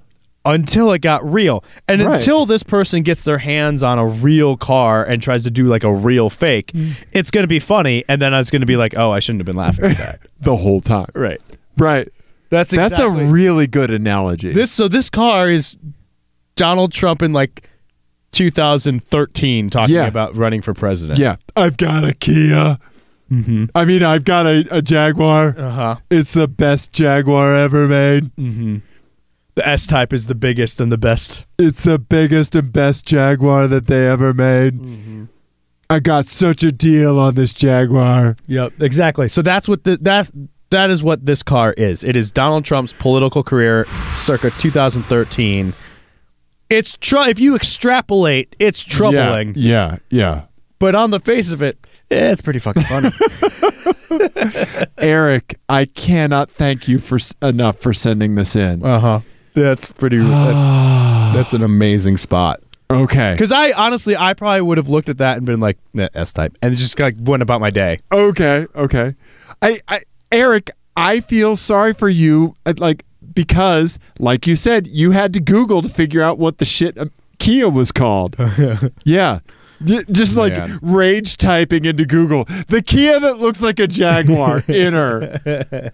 [SPEAKER 3] until it got real. And
[SPEAKER 2] Right.
[SPEAKER 3] until this person gets their hands on a real car and tries to do like a real fake,
[SPEAKER 2] Mm.
[SPEAKER 3] it's going to be funny. And then it's going to be like, oh, I shouldn't have been laughing at that.
[SPEAKER 2] the whole time.
[SPEAKER 3] right.
[SPEAKER 2] Right.
[SPEAKER 3] That's
[SPEAKER 2] That's a really good analogy.
[SPEAKER 3] this. So this car is Donald Trump in like 2013 talking
[SPEAKER 2] Yeah.
[SPEAKER 3] about running for president.
[SPEAKER 2] yeah. I've got a Kia.
[SPEAKER 3] Mhm.
[SPEAKER 2] I mean, I've got a, a Jaguar.
[SPEAKER 3] Uh huh.
[SPEAKER 2] It's the best Jaguar ever made.
[SPEAKER 3] The S type is the biggest and the best.
[SPEAKER 2] It's the biggest and best Jaguar that they ever made. I got such a deal on this Jaguar.
[SPEAKER 3] Yep. Exactly. So that's what the that's that is what this car is. It is Donald Trump's political career circa 2013. It's tr- if you extrapolate, it's troubling.
[SPEAKER 2] Yeah, yeah.
[SPEAKER 3] But on the face of it, eh, it's pretty fucking funny.
[SPEAKER 2] Eric, I cannot thank you for s- enough for sending this in.
[SPEAKER 3] uh huh. That's pretty. That's, that's an amazing spot.
[SPEAKER 2] okay.
[SPEAKER 3] Because I honestly, I probably would have looked at that and been like, nah, S type, and just like went about my day.
[SPEAKER 2] Okay, okay. I, I Eric, I feel sorry for you uh, like because like you said, you had to Google to figure out what the shit uh, Kia was called. yeah. J- Just like
[SPEAKER 3] Man.
[SPEAKER 2] rage typing into Google, the Kia that looks like a Jaguar in her.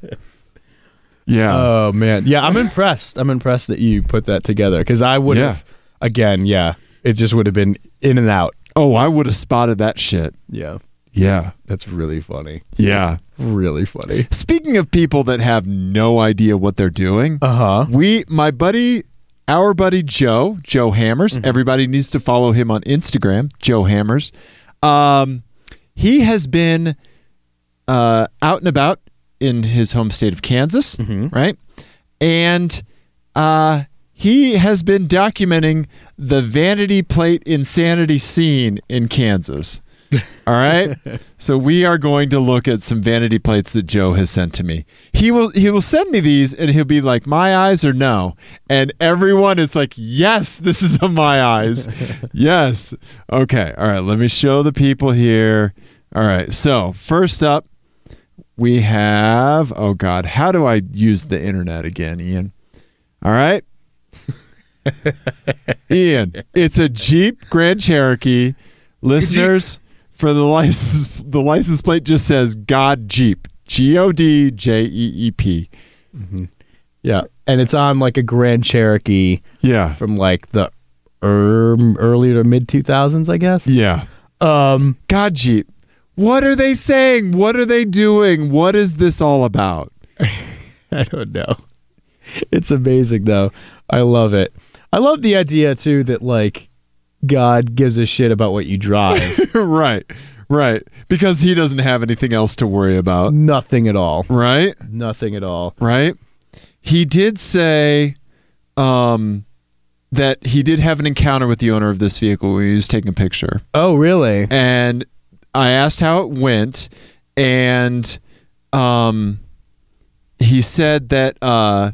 [SPEAKER 2] Yeah.
[SPEAKER 3] Oh man, yeah, I'm impressed. I'm impressed that you put that together because I would have,
[SPEAKER 2] Yeah.
[SPEAKER 3] again, yeah, it just would have been in and out.
[SPEAKER 2] oh, I would have spotted that shit.
[SPEAKER 3] Yeah,
[SPEAKER 2] Yeah.
[SPEAKER 3] that's really funny.
[SPEAKER 2] Yeah.
[SPEAKER 3] Really funny.
[SPEAKER 2] Speaking of people that have no idea what they're doing,
[SPEAKER 3] Uh huh.
[SPEAKER 2] We, my buddy, our buddy Joe, Joe Hammers. Everybody needs to follow him on Instagram, Joe Hammers. Um, he has been uh, out and about in his home state of Kansas,
[SPEAKER 3] Mm-hmm.
[SPEAKER 2] right? And uh, he has been documenting the vanity plate insanity scene in Kansas. All right. so we are going to look at some vanity plates that Joe has sent to me. He will he will send me these and he'll be like, My eyes or no? And everyone is like, Yes, this is a my eyes. yes. Okay. All right. Let me show the people here. All right. So first up, we have oh God, how do I use the internet again, Ian? All right. Ian, it's a Jeep Grand Cherokee. Listeners, for the license, the license plate just says God Jeep, G O D J E E P.
[SPEAKER 3] Yeah, and it's on like a Grand Cherokee
[SPEAKER 2] Yeah,
[SPEAKER 3] from like the er- early to mid 2000s, I guess.
[SPEAKER 2] yeah.
[SPEAKER 3] Um,
[SPEAKER 2] God Jeep. What are they saying? What are they doing? What is this all about?
[SPEAKER 3] I don't know. It's amazing though. I love it. I love the idea too that like God gives a shit about what you drive.
[SPEAKER 2] right, right. Because he doesn't have anything else to worry about.
[SPEAKER 3] Nothing at all.
[SPEAKER 2] Right.
[SPEAKER 3] Nothing at all.
[SPEAKER 2] right? He did say um, that he did have an encounter with the owner of this vehicle when he was taking a picture.
[SPEAKER 3] Oh, really?
[SPEAKER 2] And I asked how it went, and um, he said that uh,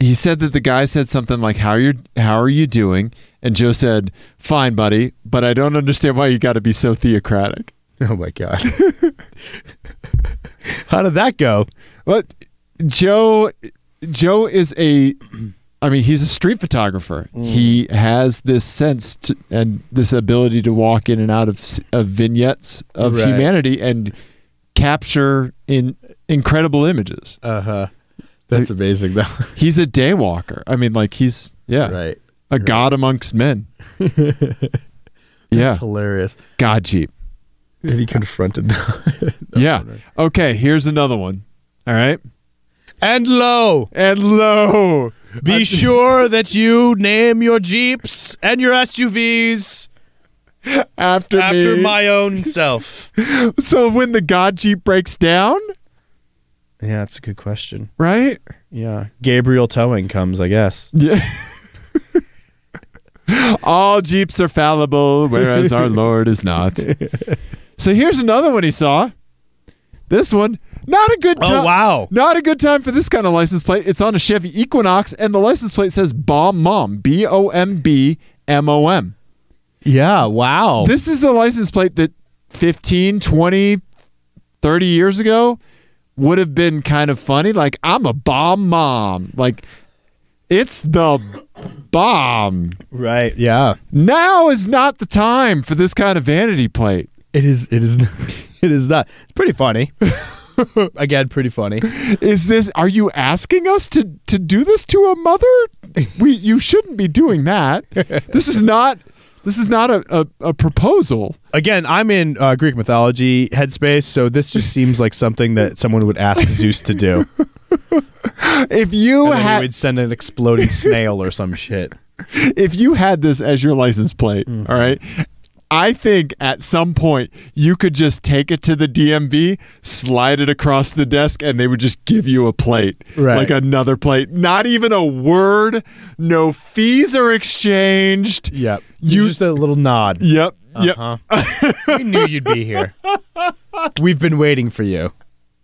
[SPEAKER 2] he said that the guy said something like how you how are you doing? And Joe said, "Fine, buddy, but I don't understand why you got to be so theocratic."
[SPEAKER 3] Oh my god. How did that go?
[SPEAKER 2] But Joe Joe is a I mean, he's a street photographer.
[SPEAKER 3] Mm.
[SPEAKER 2] He has this sense to, and this ability to walk in and out of s- of vignettes of
[SPEAKER 3] Right.
[SPEAKER 2] humanity and capture in incredible images.
[SPEAKER 3] Uh huh. That's amazing, though.
[SPEAKER 2] He's a day walker. I mean, like he's yeah,
[SPEAKER 3] right.
[SPEAKER 2] a god amongst men.
[SPEAKER 3] That's
[SPEAKER 2] yeah,
[SPEAKER 3] hilarious.
[SPEAKER 2] god jeep.
[SPEAKER 3] And he confronted them.
[SPEAKER 2] yeah. Okay, here's another one. All right.
[SPEAKER 3] and lo,
[SPEAKER 2] And low.
[SPEAKER 3] be sure that you name your jeeps and your SUVs
[SPEAKER 2] after
[SPEAKER 3] after
[SPEAKER 2] me.
[SPEAKER 3] my own self.
[SPEAKER 2] So when the god jeep breaks down,
[SPEAKER 3] Yeah, that's a good question.
[SPEAKER 2] right?
[SPEAKER 3] Yeah, Gabriel Towing comes, I guess.
[SPEAKER 2] Yeah. All jeeps are fallible, whereas our Lord is not. So here's another one he saw. This one, not a good time.
[SPEAKER 3] Oh wow!
[SPEAKER 2] Not a good time for this kind of license plate. It's on a Chevy Equinox, and the license plate says "Bomb Mom," B O M B M O M.
[SPEAKER 3] Yeah, wow.
[SPEAKER 2] This is a license plate that 15, 20, 30 years ago would have been kind of funny. Like, I'm a bomb mom. Like, it's the bomb.
[SPEAKER 3] right? Yeah,
[SPEAKER 2] Now is not the time for this kind of vanity plate.
[SPEAKER 3] it is. It is. It is not. It's pretty funny. Again, pretty funny.
[SPEAKER 2] Is this are you asking us to to do this to a mother? We you shouldn't be doing that. This is not this is not a, a, a proposal.
[SPEAKER 3] Again, I'm in uh, Greek mythology headspace, so this just seems like something that someone would ask Zeus to do.
[SPEAKER 2] If you
[SPEAKER 3] And then he
[SPEAKER 2] had
[SPEAKER 3] would send an exploding snail or some shit.
[SPEAKER 2] if you had this as your license plate,
[SPEAKER 3] Mm-hmm.
[SPEAKER 2] all right, I think at some point you could just take it to the DMV, slide it across the desk, and they would just give you a plate,
[SPEAKER 3] Right.
[SPEAKER 2] like another plate. Not even a word. No fees are exchanged.
[SPEAKER 3] Yep.
[SPEAKER 2] You-
[SPEAKER 3] just a little nod.
[SPEAKER 2] Yep. Yep.
[SPEAKER 3] Uh-huh. we knew you'd be here. We've been waiting for you.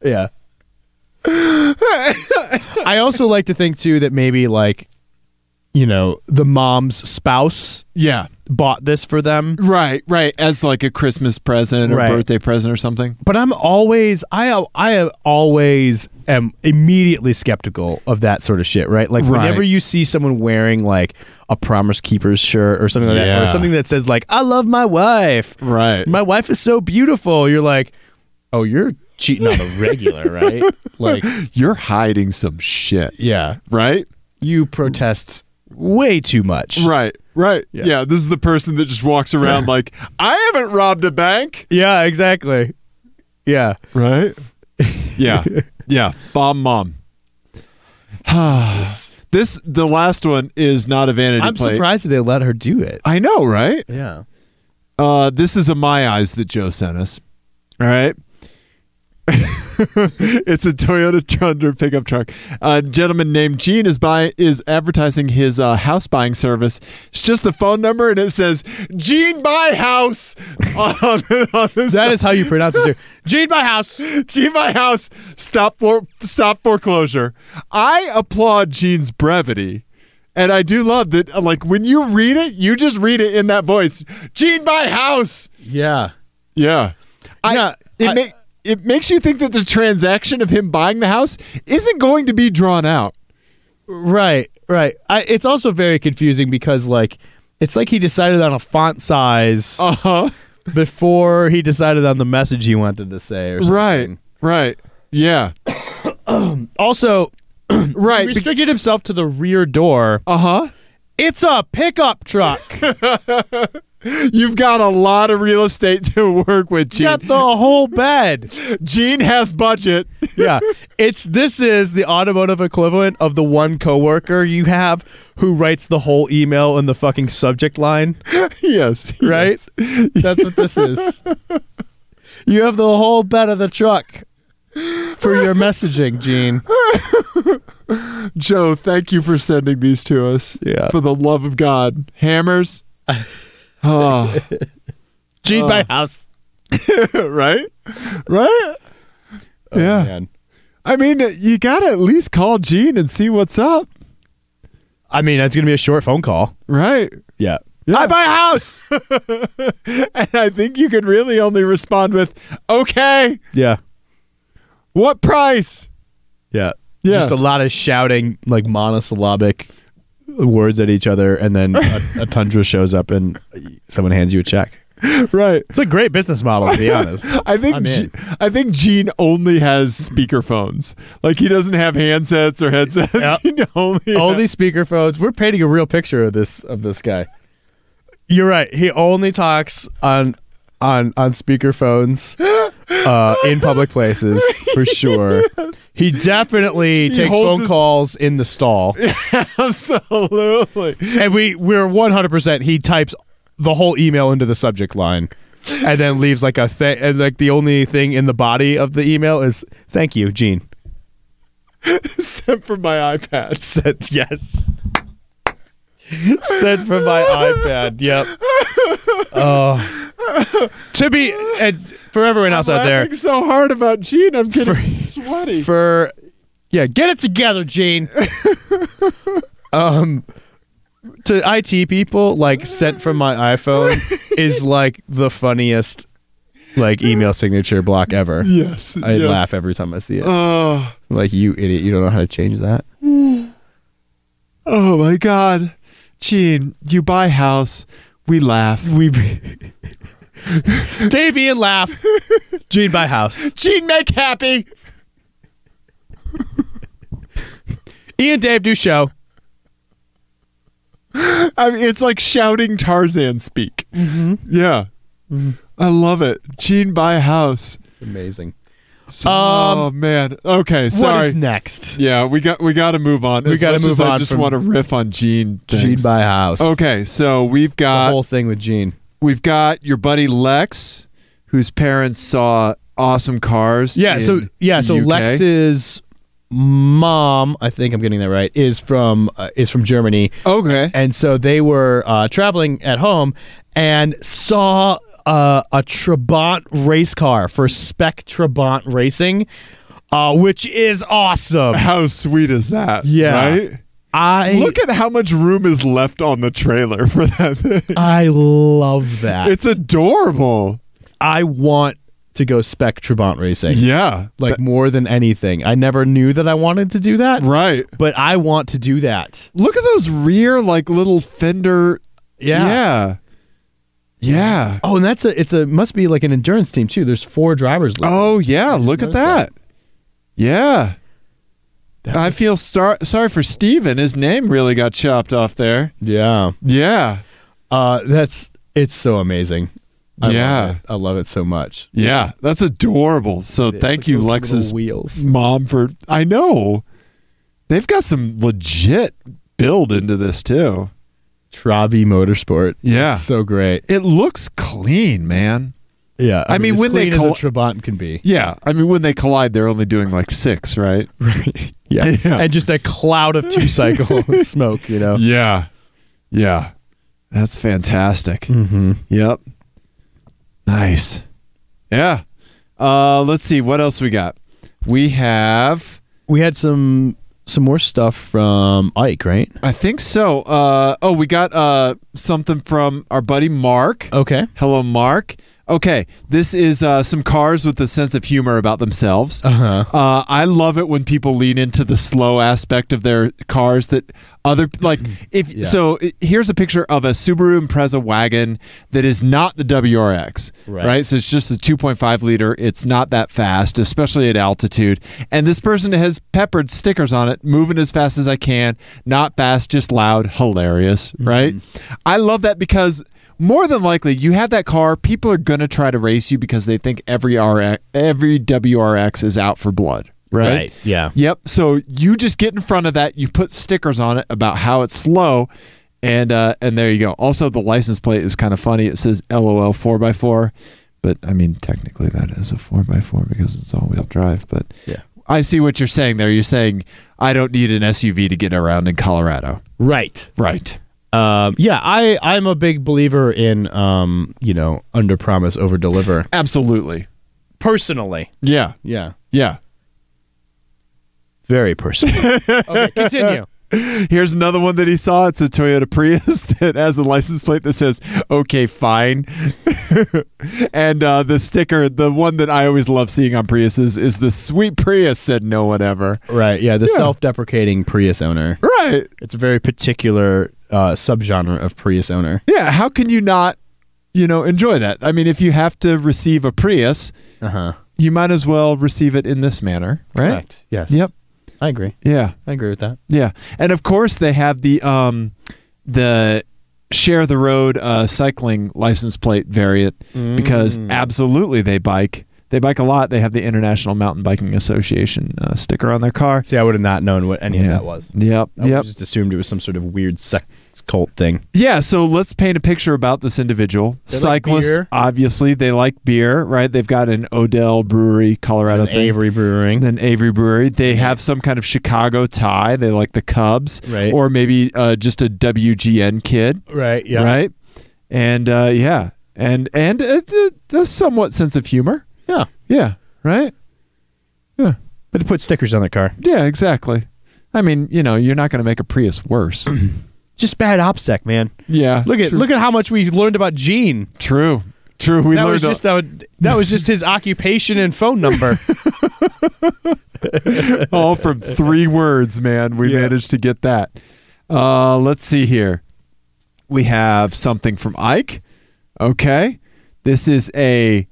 [SPEAKER 3] Yeah. I also like to think too that maybe like, you know, the mom's spouse
[SPEAKER 2] Yeah.
[SPEAKER 3] bought this for them.
[SPEAKER 2] Right. Right. As like a Christmas present or
[SPEAKER 3] Right.
[SPEAKER 2] birthday present or something.
[SPEAKER 3] But I'm always I I always am immediately skeptical of that sort of shit, right? Like
[SPEAKER 2] Right.
[SPEAKER 3] whenever you see someone wearing like a Promise Keepers shirt or something like that,
[SPEAKER 2] Yeah.
[SPEAKER 3] or something that says like "I love my wife,"
[SPEAKER 2] Right.
[SPEAKER 3] my wife is so beautiful. You're like, oh, you're cheating on a regular, right? Like,
[SPEAKER 2] You're hiding some shit.
[SPEAKER 3] yeah,
[SPEAKER 2] Right.
[SPEAKER 3] you protest way too much.
[SPEAKER 2] Right. Right. Yeah. This is the person that just walks around like, I haven't robbed a bank.
[SPEAKER 3] Yeah, exactly. Yeah,
[SPEAKER 2] Right? Yeah. yeah. Bomb mom. this the last one is not a vanity
[SPEAKER 3] I'm
[SPEAKER 2] plate.
[SPEAKER 3] surprised that they let her do it.
[SPEAKER 2] I know, right?
[SPEAKER 3] Yeah,
[SPEAKER 2] Uh, this is a my eyes that Joe sent us. All right. it's a Toyota Tundra pickup truck. A gentleman named Gene is buy is advertising his uh, house buying service. It's just a phone number and it says Gene buy house on, on the
[SPEAKER 3] that is how you pronounce it. Too. Gene, my house.
[SPEAKER 2] Gene, my house. Stop for stop foreclosure. I applaud Gene's brevity, and I do love that. uh, Like when you read it, you just read it in that voice. Gene, my house.
[SPEAKER 3] Yeah,
[SPEAKER 2] Yeah, I,
[SPEAKER 3] Yeah,
[SPEAKER 2] It
[SPEAKER 3] I-
[SPEAKER 2] ma- it makes you think that the transaction of him buying the house isn't going to be drawn out.
[SPEAKER 3] right, right. I, it's also very confusing because like. It's like he decided on a font size
[SPEAKER 2] Uh huh.
[SPEAKER 3] before he decided on the message he wanted to say or something.
[SPEAKER 2] Right. Right. Yeah.
[SPEAKER 3] Also, he
[SPEAKER 2] Right.
[SPEAKER 3] restricted himself to the rear door.
[SPEAKER 2] uh huh.
[SPEAKER 3] It's a pickup truck.
[SPEAKER 2] You've got a lot of real estate to work with, Gene.
[SPEAKER 3] Got the whole bed.
[SPEAKER 2] Gene has budget.
[SPEAKER 3] Yeah. It's this is the automotive equivalent of the one coworker you have who writes the whole email in the fucking subject line,
[SPEAKER 2] yes.
[SPEAKER 3] right? That's what this is. You have the whole bed of the truck for your messaging, Gene.
[SPEAKER 2] Joe, thank you for sending these to us.
[SPEAKER 3] Yeah.
[SPEAKER 2] For the love of God. Hammers. Ah,
[SPEAKER 3] Gene by house.
[SPEAKER 2] right?
[SPEAKER 3] Oh,
[SPEAKER 2] Right? yeah.
[SPEAKER 3] Man.
[SPEAKER 2] I mean, you got to at least call Gene and see what's up.
[SPEAKER 3] I mean, that's going to be a short phone call.
[SPEAKER 2] Right.
[SPEAKER 3] Yeah.
[SPEAKER 2] Yeah.
[SPEAKER 3] I buy a house.
[SPEAKER 2] And I think you could really only respond with, okay,
[SPEAKER 3] yeah.
[SPEAKER 2] what price?
[SPEAKER 3] Yeah.
[SPEAKER 2] Yeah.
[SPEAKER 3] Just a lot of shouting, like monosyllabic words at each other, and then a, a tundra shows up and someone hands you a check.
[SPEAKER 2] right.
[SPEAKER 3] It's a great business model, to be honest.
[SPEAKER 2] I think
[SPEAKER 3] I'm
[SPEAKER 2] G-
[SPEAKER 3] in.
[SPEAKER 2] I think Gene only has speakerphones. Like he doesn't have handsets or headsets.
[SPEAKER 3] Yep.
[SPEAKER 2] He only
[SPEAKER 3] All these speakerphones. We're painting a real picture of this of this guy. You're right. He only talks on on on speakerphones uh, in public places for sure. He definitely takes
[SPEAKER 2] holds
[SPEAKER 3] phone
[SPEAKER 2] his-
[SPEAKER 3] calls in the stall,
[SPEAKER 2] absolutely.
[SPEAKER 3] and we we're 100. percent He types the whole email into the subject line. And then leaves like a thing, and like the only thing in the body of the email is "Thank you, Gene."
[SPEAKER 2] Except for my iPad.
[SPEAKER 3] Sent yes. Sent from my iPad. Yep. Oh. To be and for everyone else out there,
[SPEAKER 2] Laughing so hard about Gene, I'm getting
[SPEAKER 3] For-
[SPEAKER 2] sweaty.
[SPEAKER 3] for yeah, get it together, Gene. um, to IT people, like sent from my iPhone is like the funniest like email signature block ever.
[SPEAKER 2] yes,
[SPEAKER 3] I
[SPEAKER 2] yes.
[SPEAKER 3] laugh every time I see it.
[SPEAKER 2] Oh,
[SPEAKER 3] Like you idiot, you don't know how to change that.
[SPEAKER 2] oh my God, Gene, you buy house, we laugh.
[SPEAKER 3] We Dave Ian laugh. Gene by house.
[SPEAKER 2] Gene, make happy.
[SPEAKER 3] Ian Dave do show.
[SPEAKER 2] I mean, it's like shouting Tarzan speak.
[SPEAKER 3] Mm-hmm.
[SPEAKER 2] Yeah, I love it. Gene, buy house.
[SPEAKER 3] It's amazing.
[SPEAKER 2] oh man. Okay.
[SPEAKER 3] Um, What
[SPEAKER 2] Sorry.
[SPEAKER 3] is next?
[SPEAKER 2] yeah, we got we got to move on.
[SPEAKER 3] We
[SPEAKER 2] As
[SPEAKER 3] gotta
[SPEAKER 2] much
[SPEAKER 3] move
[SPEAKER 2] as I
[SPEAKER 3] on
[SPEAKER 2] just
[SPEAKER 3] from-
[SPEAKER 2] want to riff on Gene.
[SPEAKER 3] Gene
[SPEAKER 2] things.
[SPEAKER 3] by house.
[SPEAKER 2] Okay, so we've
[SPEAKER 3] The
[SPEAKER 2] got
[SPEAKER 3] whole thing with Gene.
[SPEAKER 2] we've got your buddy Lex, whose parents saw awesome cars.
[SPEAKER 3] Yeah. So
[SPEAKER 2] in
[SPEAKER 3] yeah. So
[SPEAKER 2] the UK.
[SPEAKER 3] Lex's mom, I think I'm getting that right, is from uh, is from Germany,
[SPEAKER 2] Okay.
[SPEAKER 3] and so they were uh, traveling at home and saw uh, a Trabant race car for Spec Trabant Racing, uh, which is awesome.
[SPEAKER 2] How sweet is that?
[SPEAKER 3] Yeah.
[SPEAKER 2] Right?
[SPEAKER 3] I
[SPEAKER 2] Look at how much room is left on the trailer for that thing.
[SPEAKER 3] I love that.
[SPEAKER 2] It's adorable.
[SPEAKER 3] I want to go Spec Trabant Racing.
[SPEAKER 2] Yeah.
[SPEAKER 3] like more than anything. I never knew that I wanted to do that,
[SPEAKER 2] Right.
[SPEAKER 3] but I want to do that.
[SPEAKER 2] Look at those rear like little fender. Yeah. Yeah.
[SPEAKER 3] Oh, and that's a it's a must be like an endurance team too. There's four drivers. Left.
[SPEAKER 2] Oh yeah, look at
[SPEAKER 3] noticed that.
[SPEAKER 2] that. Yeah.
[SPEAKER 3] That
[SPEAKER 2] I feel star- sorry for Steven. His name really got chopped off there.
[SPEAKER 3] yeah.
[SPEAKER 2] Yeah.
[SPEAKER 3] Uh, that's it's so amazing. I
[SPEAKER 2] Yeah.
[SPEAKER 3] love it. I love it so much.
[SPEAKER 2] Yeah, that's adorable. So thank
[SPEAKER 3] It's
[SPEAKER 2] you,
[SPEAKER 3] like those
[SPEAKER 2] Lex's
[SPEAKER 3] little wheels.
[SPEAKER 2] mom, for I know they've got some legit build into this too.
[SPEAKER 3] Trabi Motorsport.
[SPEAKER 2] Yeah.
[SPEAKER 3] It's so great.
[SPEAKER 2] It looks clean, man.
[SPEAKER 3] Yeah,
[SPEAKER 2] I mean,
[SPEAKER 3] as
[SPEAKER 2] when they
[SPEAKER 3] clean as a
[SPEAKER 2] col-
[SPEAKER 3] Trabant can be,
[SPEAKER 2] Yeah, I mean when they collide, they're only doing like six, right?
[SPEAKER 3] right? Yeah.
[SPEAKER 2] Yeah.
[SPEAKER 3] and just a cloud of two cycle smoke. You know,
[SPEAKER 2] Yeah, yeah, that's fantastic.
[SPEAKER 3] mm-hmm.
[SPEAKER 2] Yep. Nice. Yeah. Uh, let's see what else we got. We have,
[SPEAKER 3] we had some some more stuff from Ike, right?
[SPEAKER 2] I think so. Uh, oh, we got uh something from our buddy Mark.
[SPEAKER 3] Okay.
[SPEAKER 2] Hello, Mark. Okay, this is uh, some cars with a sense of humor about themselves.
[SPEAKER 3] huh.
[SPEAKER 2] Uh, I love it when people lean into the slow aspect of their cars that other like if
[SPEAKER 3] Yeah.
[SPEAKER 2] so i- here's a picture of a Subaru Impreza wagon that is not the WRX
[SPEAKER 3] Right.
[SPEAKER 2] right, so it's just a 2.5 liter it's not that fast especially at altitude and this person has peppered stickers on it moving as fast as I can not fast just loud hilarious right I love that because more than likely you have that car people are going to try to race you because they think every RX, every WRX is out for blood right,
[SPEAKER 3] Yeah.
[SPEAKER 2] yep so you just get in front of that you put stickers on it about how it's slow and uh and there you go also the license plate is kind of funny it says lol 4x4 but i mean technically that is a 4x4 because it's all-wheel drive but
[SPEAKER 3] Yeah.
[SPEAKER 2] i see what you're saying there you're saying i don't need an suv to get around in colorado
[SPEAKER 3] Right.
[SPEAKER 2] right
[SPEAKER 3] Um, yeah. I I'm a big believer in um, you know under promise over deliver.
[SPEAKER 2] absolutely
[SPEAKER 3] Personally.
[SPEAKER 2] yeah
[SPEAKER 3] Yeah.
[SPEAKER 2] yeah
[SPEAKER 3] Very personally. okay. Continue.
[SPEAKER 2] Here's another one that he saw. It's a Toyota Prius that has a license plate that says "Okay, fine," and uh, the sticker, the one that I always love seeing on Priuses, is the "Sweet Prius" said no one ever.
[SPEAKER 3] Right. Yeah. The self-deprecating Prius owner.
[SPEAKER 2] Right?
[SPEAKER 3] It's a very particular uh, subgenre of Prius owner.
[SPEAKER 2] Yeah. How can you not you know, enjoy that. I mean, if you have to receive a Prius,
[SPEAKER 3] Uh huh.
[SPEAKER 2] you might as well receive it in this manner, right?
[SPEAKER 3] Correct. Yes.
[SPEAKER 2] Yep.
[SPEAKER 3] I agree.
[SPEAKER 2] Yeah.
[SPEAKER 3] I agree with that.
[SPEAKER 2] Yeah, and of course they have the um, the share the road uh, cycling license plate variant because
[SPEAKER 3] Mm.
[SPEAKER 2] absolutely they bike. They bike a lot. They have the International Mountain Biking Association uh, sticker on their car.
[SPEAKER 3] See, I would have not known what any of that was.
[SPEAKER 2] Yep.
[SPEAKER 3] I
[SPEAKER 2] yep.
[SPEAKER 3] just assumed it was some sort of weird sex cult thing.
[SPEAKER 2] Yeah, so let's paint a picture about this individual.
[SPEAKER 3] They like
[SPEAKER 2] Cyclist,
[SPEAKER 3] beer.
[SPEAKER 2] obviously, they like beer, right? They've got an Odell Brewery, Colorado thing.
[SPEAKER 3] Brewing.
[SPEAKER 2] Then Avery Brewery. They have some kind of Chicago tie. They like the Cubs,
[SPEAKER 3] Right.
[SPEAKER 2] or maybe uh, just a WGN kid,
[SPEAKER 3] right. Yeah.
[SPEAKER 2] right? And uh, yeah, and and it's a, a somewhat sense of humor.
[SPEAKER 3] Yeah.
[SPEAKER 2] Yeah, right. Yeah,
[SPEAKER 3] But they put stickers on their car.
[SPEAKER 2] yeah, exactly. I mean, you know, you're not going to make a Prius worse.
[SPEAKER 3] Just bad OPSEC, man.
[SPEAKER 2] yeah,
[SPEAKER 3] Look at
[SPEAKER 2] true.
[SPEAKER 3] look at how much we learned about Gene.
[SPEAKER 2] True, true. We
[SPEAKER 3] that
[SPEAKER 2] learned
[SPEAKER 3] was
[SPEAKER 2] a-
[SPEAKER 3] just that, that was just his occupation and phone number.
[SPEAKER 2] all from three words, man. We
[SPEAKER 3] Yeah.
[SPEAKER 2] managed to get that. Uh, let's see here. We have something from Ike. Okay. This is a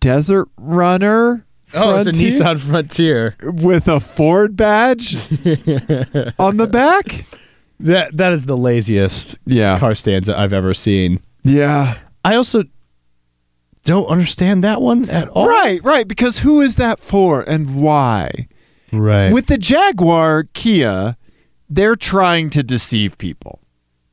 [SPEAKER 2] desert runner
[SPEAKER 3] Oh,
[SPEAKER 2] Frontier
[SPEAKER 3] Frontier.
[SPEAKER 2] with a Ford badge on the back.
[SPEAKER 3] That that is the laziest
[SPEAKER 2] Yeah.
[SPEAKER 3] car stanza I've ever seen.
[SPEAKER 2] Yeah.
[SPEAKER 3] I also don't understand that one at all.
[SPEAKER 2] Right, right. Because who is that for and why?
[SPEAKER 3] Right.
[SPEAKER 2] With the Jaguar Kia, they're trying to deceive people,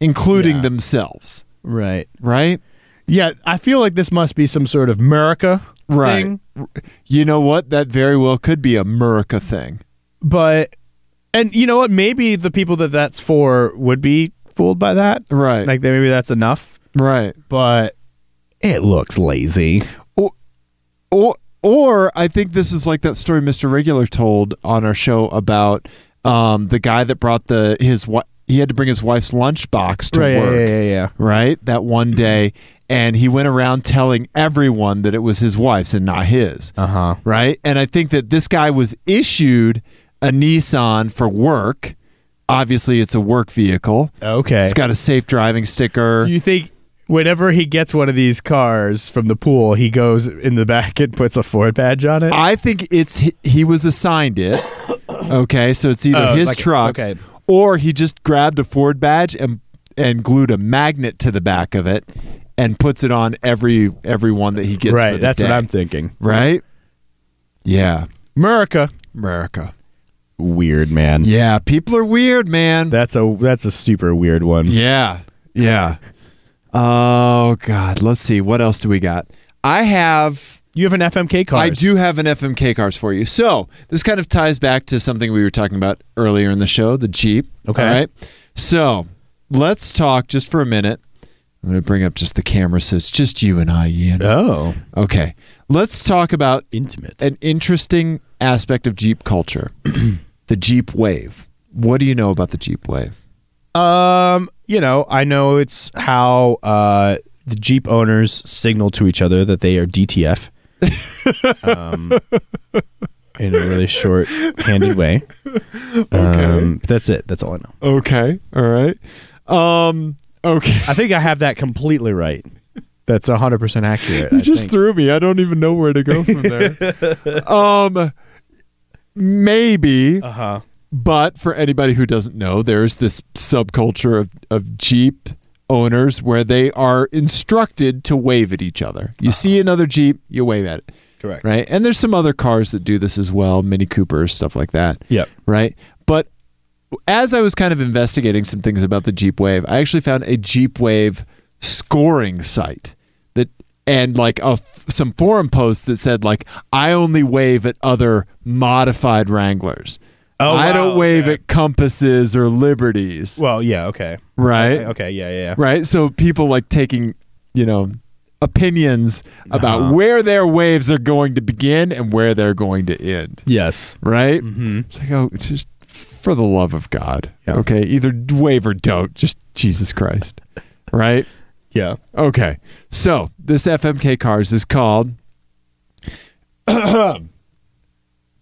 [SPEAKER 2] including
[SPEAKER 3] Yeah.
[SPEAKER 2] themselves,
[SPEAKER 3] right.
[SPEAKER 2] right?
[SPEAKER 3] Yeah, I feel like this must be some sort of America
[SPEAKER 2] Right.
[SPEAKER 3] thing,
[SPEAKER 2] You know what? That very well could be a Murica thing.
[SPEAKER 3] but and you know what? Maybe the people that that's for would be fooled by that.
[SPEAKER 2] Right.
[SPEAKER 3] Like maybe that's enough,
[SPEAKER 2] right.
[SPEAKER 3] but it looks lazy.
[SPEAKER 2] Or or I think this is like that story Mr. Regular told on our show about um, the guy that brought the his wi- he had to bring his wife's lunchbox to
[SPEAKER 3] Right, yeah,
[SPEAKER 2] work.
[SPEAKER 3] yeah, yeah, yeah.
[SPEAKER 2] Right? That one day and he went around telling everyone that it was his wife's and not his.
[SPEAKER 3] Uh-huh.
[SPEAKER 2] right? And I think that this guy was issued a Nissan for work. Obviously, it's a work vehicle.
[SPEAKER 3] Okay.
[SPEAKER 2] It's got a safe driving sticker.
[SPEAKER 3] Do you think whenever he gets one of these cars from the pool, he goes in the back and puts a Ford badge on it?
[SPEAKER 2] I think it's he- he was assigned it. Okay, so it's either
[SPEAKER 3] Oh,
[SPEAKER 2] his
[SPEAKER 3] like-
[SPEAKER 2] truck,
[SPEAKER 3] okay.
[SPEAKER 2] or he just grabbed a Ford badge and and glued a magnet to the back of it and puts it on every every one that he gets. for
[SPEAKER 3] right,
[SPEAKER 2] the
[SPEAKER 3] that's what
[SPEAKER 2] day.
[SPEAKER 3] I'm thinking.
[SPEAKER 2] Right? Yeah,
[SPEAKER 3] America.
[SPEAKER 2] America.
[SPEAKER 3] Weird, man.
[SPEAKER 2] Yeah, people are weird, man.
[SPEAKER 3] That's a that's a super weird one.
[SPEAKER 2] Yeah. Yeah. Oh God. Let's see. What else do we got? I have
[SPEAKER 3] You have an FMK car.
[SPEAKER 2] I do have an FMK cars for you. So this kind of ties back to something we were talking about earlier in the show, the Jeep.
[SPEAKER 3] Okay.
[SPEAKER 2] All right. So let's talk just for a minute. I'm gonna bring up just the camera so it's just you and I, Ian.
[SPEAKER 3] Oh,
[SPEAKER 2] Okay. Let's talk about
[SPEAKER 3] intimate.
[SPEAKER 2] an interesting aspect of Jeep culture. the Jeep wave. What do you know about the Jeep wave?
[SPEAKER 3] Um, you know, I know it's how uh the Jeep owners signal to each other that they are DTF. um, in a really short-handed way. Um, but that's it. That's all I know.
[SPEAKER 2] Okay. All right. Um. Okay.
[SPEAKER 3] I think I have that completely right. That's 100% accurate.
[SPEAKER 2] You
[SPEAKER 3] I
[SPEAKER 2] just
[SPEAKER 3] think.
[SPEAKER 2] threw me. I don't even know where to go from there. um. Maybe,
[SPEAKER 3] Uh-huh.
[SPEAKER 2] but for anybody who doesn't know, there's this subculture of, of Jeep owners where they are instructed to wave at each other. You see another Jeep, you wave at it,
[SPEAKER 3] Uh-huh. Correct.
[SPEAKER 2] right? And there's some other cars that do this as well, Mini Coopers, stuff like that.
[SPEAKER 3] Yep.
[SPEAKER 2] right? But as I was kind of investigating some things about the Jeep Wave, I actually found a Jeep Wave scoring site that and like a some forum posts that said like I only wave at other modified Wranglers.
[SPEAKER 3] Oh,
[SPEAKER 2] I
[SPEAKER 3] wow,
[SPEAKER 2] don't wave
[SPEAKER 3] okay.
[SPEAKER 2] at compasses or liberties,
[SPEAKER 3] Well, yeah, okay.
[SPEAKER 2] right?
[SPEAKER 3] Okay, yeah, yeah, yeah.
[SPEAKER 2] Right? So people like taking, you know, opinions about
[SPEAKER 3] Uh-huh.
[SPEAKER 2] where their waves are going to begin and where they're going to end
[SPEAKER 3] Yes.
[SPEAKER 2] right? Mm-hmm. It's like, oh, it's just for the love of God.
[SPEAKER 3] Yeah.
[SPEAKER 2] Okay, either wave or don't. Just Jesus Christ, right?
[SPEAKER 3] Yeah.
[SPEAKER 2] Okay, so this FMK cars is called.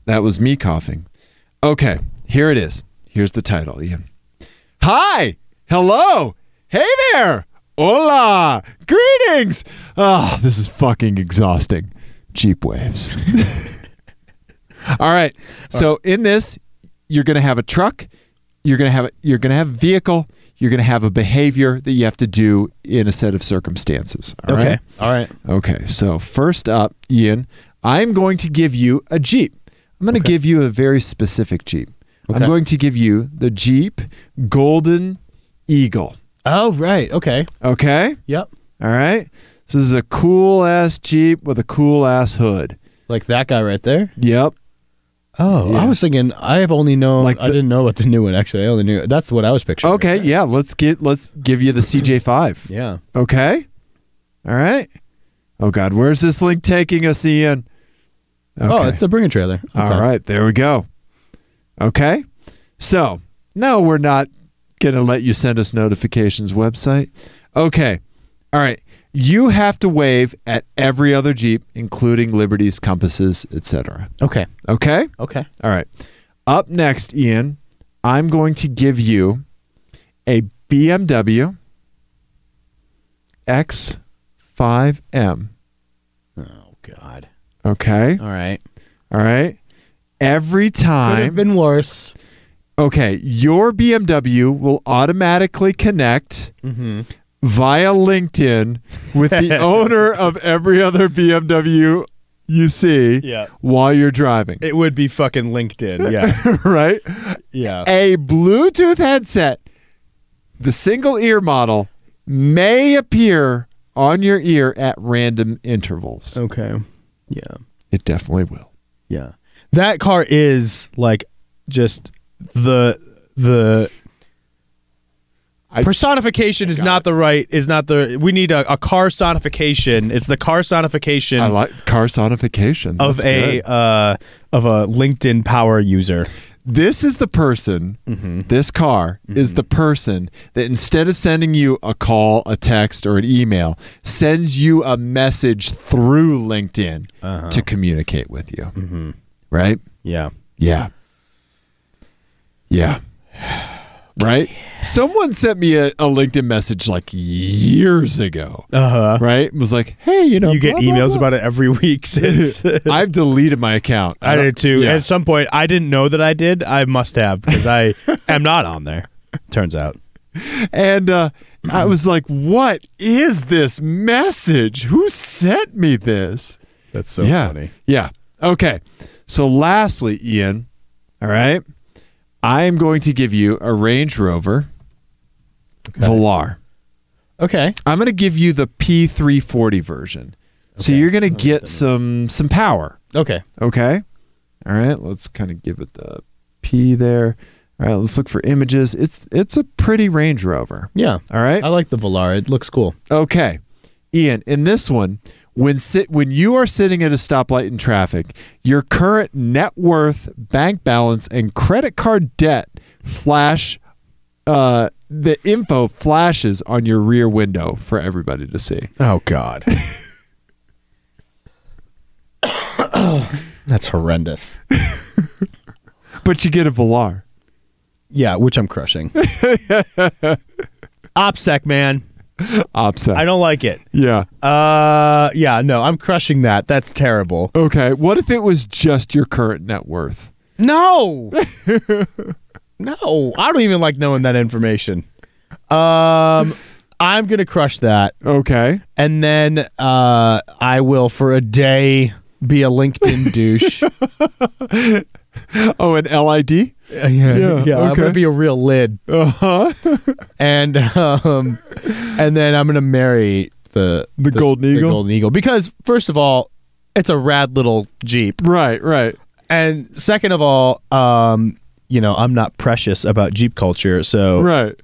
[SPEAKER 2] that was me coughing. Okay, here it is. Here's the title, Ian. Hi, hello, hey there. Hola! Greetings! Ah, this is fucking exhausting. Jeep waves. All right. So in this, you're going to have a truck. You're going to have you're going to have a vehicle. You're going to have a behavior that you have to do in a set of circumstances. All right.
[SPEAKER 1] Okay.
[SPEAKER 3] All right.
[SPEAKER 2] Okay, so first up, Ian, I'm going to give you a Jeep. I'm going to give you a very specific Jeep. I'm
[SPEAKER 3] Okay.
[SPEAKER 2] going to give you the Jeep Golden Eagle.
[SPEAKER 3] Oh, right. Okay.
[SPEAKER 2] Okay?
[SPEAKER 3] Yep.
[SPEAKER 2] All right. So this is a cool ass Jeep with a cool ass hood.
[SPEAKER 3] Like that guy right there.
[SPEAKER 2] Yep.
[SPEAKER 3] Oh,
[SPEAKER 2] Yeah.
[SPEAKER 3] I was thinking. I have only known.
[SPEAKER 2] Like
[SPEAKER 3] I
[SPEAKER 2] the-
[SPEAKER 3] didn't know about the new one. Actually, I only knew. That's what I was picturing.
[SPEAKER 2] Okay, yeah, let's get let's give you the CJ5.
[SPEAKER 3] Yeah.
[SPEAKER 2] Okay? All right. Oh god, where's this link taking us, Ian?
[SPEAKER 3] Oh, it's the Bringer trailer.
[SPEAKER 2] All right, there we go. Okay. So, no, we're not going to let you send us notifications website. Okay. All right. You have to wave at every other Jeep, including Liberty's compasses, etc.
[SPEAKER 3] Okay.
[SPEAKER 2] Okay?
[SPEAKER 3] Okay.
[SPEAKER 2] All right. Up next, Ian, I'm going to give you a BMW X5M.
[SPEAKER 3] Oh God.
[SPEAKER 2] Okay?
[SPEAKER 3] All right.
[SPEAKER 2] All right. Every
[SPEAKER 3] Could
[SPEAKER 2] time
[SPEAKER 3] have been worse.
[SPEAKER 2] Okay, your BMW will automatically connect
[SPEAKER 3] Mm-hmm.
[SPEAKER 2] via LinkedIn with the owner of every other BMW you see
[SPEAKER 3] Yeah.
[SPEAKER 2] while you're driving.
[SPEAKER 3] It would be fucking LinkedIn. Yeah.
[SPEAKER 2] right?
[SPEAKER 3] yeah.
[SPEAKER 2] A Bluetooth headset, the single ear model, may appear on your ear at random intervals.
[SPEAKER 3] Okay. Yeah.
[SPEAKER 2] It definitely will.
[SPEAKER 3] Yeah. That car is like just the the
[SPEAKER 2] I-
[SPEAKER 3] personification is not the right is not the we need a, a car sonification. It's the car sonification
[SPEAKER 2] I like carsonification.
[SPEAKER 3] of
[SPEAKER 2] That's
[SPEAKER 3] a
[SPEAKER 2] good.
[SPEAKER 3] uh of a LinkedIn power user.
[SPEAKER 2] this is the person
[SPEAKER 3] Mm-hmm.
[SPEAKER 2] this car is the person that instead of sending you a call a text or an email sends you a message through linkedin
[SPEAKER 3] Uh-huh.
[SPEAKER 2] to communicate with you
[SPEAKER 3] Mm-hmm.
[SPEAKER 2] right
[SPEAKER 3] Yeah.
[SPEAKER 2] yeah yeah right someone sent me a, a linkedin message like years ago
[SPEAKER 3] Uh-huh.
[SPEAKER 2] right It was like hey you know
[SPEAKER 3] You get
[SPEAKER 2] blah, blah,
[SPEAKER 3] emails
[SPEAKER 2] blah.
[SPEAKER 3] about it every week since
[SPEAKER 2] i've deleted my account
[SPEAKER 3] I
[SPEAKER 2] don't-
[SPEAKER 3] did too.
[SPEAKER 2] yeah.
[SPEAKER 3] At some point I didn't know that I did. I must have because I am not on there. Turns out.
[SPEAKER 2] And uh, I was like, what is this message? Who sent me this?
[SPEAKER 3] That's so
[SPEAKER 2] yeah. Yeah. Okay. So, lastly, Ian, all right, I am going to give you a Range Rover Velar.
[SPEAKER 3] Okay.
[SPEAKER 2] I'm going to give you the P340 version. So, you're going to get some some power.
[SPEAKER 3] Okay.
[SPEAKER 2] Okay. All right. Let's kind of give it the P there. All right. Let's look for images. It's it's a pretty Range Rover.
[SPEAKER 3] Yeah.
[SPEAKER 2] All right.
[SPEAKER 3] I like the Velar. It looks cool.
[SPEAKER 2] Okay, Ian. In this one, when sit when you are sitting at a stoplight in traffic, your current net worth, bank balance, and credit card debt flash. Uh, the info flashes on your rear window for everybody to see.
[SPEAKER 3] Oh God. That's horrendous.
[SPEAKER 2] But you get a Velar.
[SPEAKER 3] Yeah, which I'm crushing. OPSEC, man.
[SPEAKER 2] Opsa.
[SPEAKER 3] I don't like it.
[SPEAKER 2] yeah.
[SPEAKER 3] Uh yeah, no, I'm crushing that. That's terrible.
[SPEAKER 2] Okay. What if it was just your current net worth?
[SPEAKER 3] No. no. I don't even like knowing that information. Um I'm gonna crush that.
[SPEAKER 2] Okay.
[SPEAKER 3] And then uh I will for a day be a LinkedIn douche.
[SPEAKER 2] Oh, an LID?
[SPEAKER 3] yeah, yeah, I'm
[SPEAKER 2] okay.
[SPEAKER 3] gonna be a real lid.
[SPEAKER 2] Uh huh.
[SPEAKER 3] and um, and then I'm gonna marry the
[SPEAKER 2] The Golden Eagle?
[SPEAKER 3] Golden Eagle, because first of all, it's a rad little Jeep,
[SPEAKER 2] right, right.
[SPEAKER 3] and second of all, um, you know, I'm not precious about Jeep culture, so
[SPEAKER 2] Right.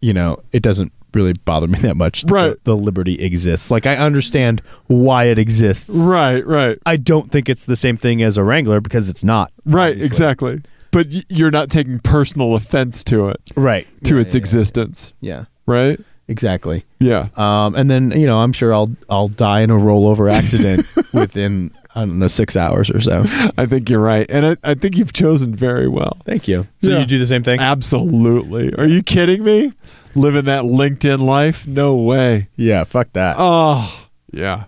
[SPEAKER 3] you know, it doesn't really bother me that much. that
[SPEAKER 2] Right.
[SPEAKER 3] the, the Liberty exists. Like I understand why it exists.
[SPEAKER 2] Right, right.
[SPEAKER 3] I don't think it's the same thing as a Wrangler because it's not.
[SPEAKER 2] Right,
[SPEAKER 3] obviously.
[SPEAKER 2] exactly. But y- you're not taking personal offense to it,
[SPEAKER 3] Right.
[SPEAKER 2] to its existence,
[SPEAKER 3] Yeah.
[SPEAKER 2] right?
[SPEAKER 3] Exactly.
[SPEAKER 2] Yeah.
[SPEAKER 3] Um, and then you know, I'm sure I'll I'll die in a rollover accident within I don't know six hours or so.
[SPEAKER 2] I think you're right. And I, I think you've chosen very well.
[SPEAKER 3] Thank you. So
[SPEAKER 2] Yeah.
[SPEAKER 3] you do the same thing.
[SPEAKER 2] Absolutely. Are you kidding me? living that LinkedIn life. No way.
[SPEAKER 3] Yeah, fuck that.
[SPEAKER 2] Oh, yeah.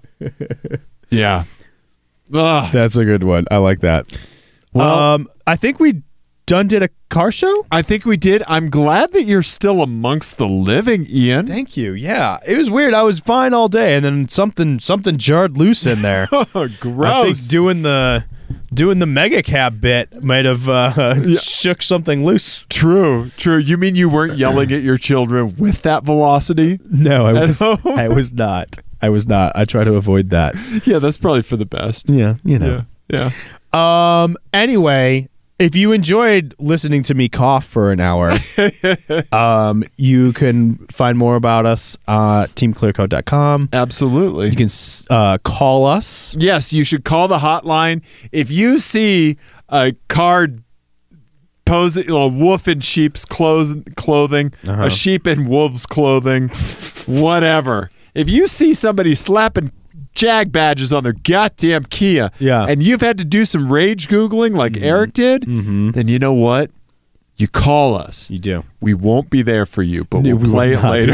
[SPEAKER 2] yeah. Ugh.
[SPEAKER 3] That's a good one. I like that.
[SPEAKER 2] Well-
[SPEAKER 3] um, I think we done did a car show.
[SPEAKER 2] I think we did. I'm glad that you're still amongst the living, Ian.
[SPEAKER 3] Thank you. Yeah, it was weird. I was fine all day, and then something something jarred loose in there.
[SPEAKER 2] Oh,
[SPEAKER 3] I
[SPEAKER 2] gross.
[SPEAKER 3] think doing the doing the mega cab bit might have uh, shook something loose.
[SPEAKER 2] true, true. You mean you weren't yelling at your children with that velocity?
[SPEAKER 3] No, I
[SPEAKER 2] At
[SPEAKER 3] was.
[SPEAKER 2] home?
[SPEAKER 3] I was not. I was not. I try to avoid that.
[SPEAKER 2] Yeah, that's probably for the best.
[SPEAKER 3] Yeah, you
[SPEAKER 2] Yeah, yeah.
[SPEAKER 3] Um. Anyway, if you enjoyed listening to me cough for an hour, um, you can find more about us uh, teamclearcoat.com.
[SPEAKER 2] Absolutely.
[SPEAKER 3] You can s- uh, call us.
[SPEAKER 2] Yes, you should call the hotline. If you see a card posing, a wolf in sheep's clothes, clothing, a sheep in wolf's clothing, whatever. If you see somebody slapping jag badges on their goddamn Kia,
[SPEAKER 3] Yeah.
[SPEAKER 2] and you've had to do some rage Googling like Eric did, then you know what? You call us.
[SPEAKER 3] You do.
[SPEAKER 2] We won't be there for you, but
[SPEAKER 3] No,
[SPEAKER 2] we'll
[SPEAKER 3] we will
[SPEAKER 2] play it
[SPEAKER 3] not be.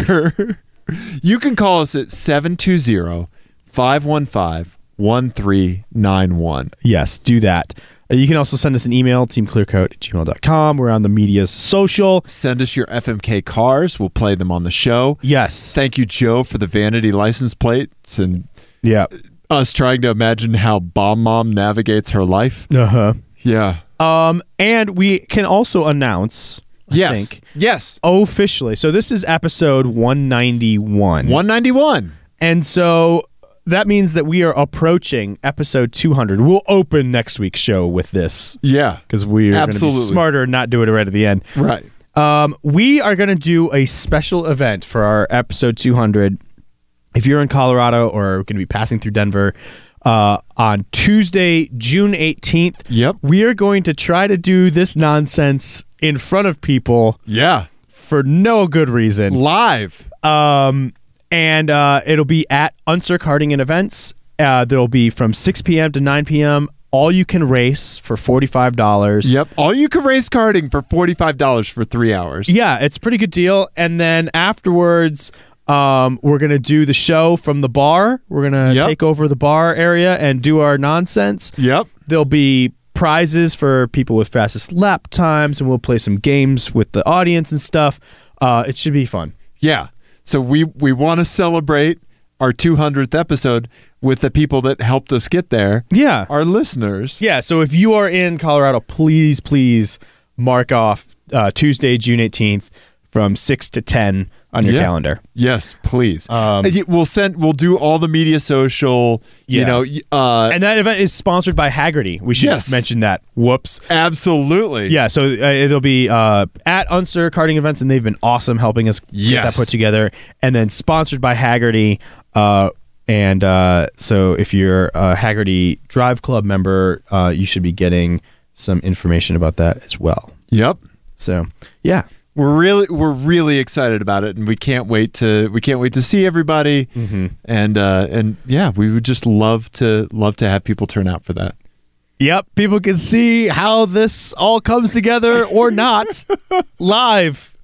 [SPEAKER 2] later. you can call us at 720 515 1391.
[SPEAKER 3] Yes, do that. Uh, You can also send us an email, teamclearcoat at gmail.com. We're on the media's social.
[SPEAKER 2] Send us your FMK cars. We'll play them on the show.
[SPEAKER 3] Yes.
[SPEAKER 2] Thank you, Joe, for the vanity license plates and
[SPEAKER 3] Yeah.
[SPEAKER 2] us trying to imagine how Bomb Mom navigates her life.
[SPEAKER 3] Uh
[SPEAKER 2] Yeah.
[SPEAKER 3] huh. Um, and we can also announce. I
[SPEAKER 2] Yes.
[SPEAKER 3] think,
[SPEAKER 2] Yes.
[SPEAKER 3] officially. So this is episode 191.
[SPEAKER 2] 191.
[SPEAKER 3] And so that means that we are approaching episode 200. We'll open next week's show with this
[SPEAKER 2] Yeah.
[SPEAKER 3] because we are going to be
[SPEAKER 2] Absolutely.
[SPEAKER 3] smarter and not do it right at the end.
[SPEAKER 2] Right.
[SPEAKER 3] Um, we are going to do a special event for our episode 200. If you're in Colorado or going to be passing through Denver uh, on Tuesday, June 18th,
[SPEAKER 2] Yep.
[SPEAKER 3] we are going to try to do this nonsense in front of people
[SPEAKER 2] Yeah.
[SPEAKER 3] for no good reason.
[SPEAKER 2] Live.
[SPEAKER 3] Um, and uh, it'll be at Unser Karting and Events. Uh, there'll be from 6 p.m. to 9 p.m. All you can race for $45.
[SPEAKER 2] Yep. All you can race karting for $45 for three hours.
[SPEAKER 3] Yeah, it's a pretty good deal. And then afterwards, um, we're going to do the show from the bar. We're going to
[SPEAKER 2] Yep.
[SPEAKER 3] take over the bar area and do our nonsense.
[SPEAKER 2] Yep.
[SPEAKER 3] There'll be prizes for people with fastest lap times, and we'll play some games with the audience and stuff. Uh, it should be fun.
[SPEAKER 2] Yeah. So we we want to celebrate our 200th episode with the people that helped us get there,
[SPEAKER 3] Yeah.
[SPEAKER 2] our listeners.
[SPEAKER 3] Yeah, so if you are in Colorado, please, please mark off uh, Tuesday, June 18th from 6 to 10 on your
[SPEAKER 2] Yeah.
[SPEAKER 3] calendar.
[SPEAKER 2] Yes, please.
[SPEAKER 3] Um,
[SPEAKER 2] Uh, y- we'll send we'll do all the media social,
[SPEAKER 3] Yeah.
[SPEAKER 2] you know, y- uh
[SPEAKER 3] And that event is sponsored by Haggerty. We should
[SPEAKER 2] Yes.
[SPEAKER 3] mention that. Whoops.
[SPEAKER 2] absolutely.
[SPEAKER 3] Yeah, so uh, it'll be uh, at Unser Karting Events, and they've been awesome helping us get that
[SPEAKER 2] Yes.
[SPEAKER 3] put together. And then sponsored by Haggerty. Uh, and uh, so if you're a Haggerty Drive Club member, uh, you should be getting some information about that as well.
[SPEAKER 2] Yep.
[SPEAKER 3] So, yeah.
[SPEAKER 2] We're really we're really excited about it and we can't wait to we can't wait to see everybody. Mm-hmm. And uh and yeah, we would just love to love to have people turn out for that.
[SPEAKER 3] Yep, people can see how this all comes together or not live.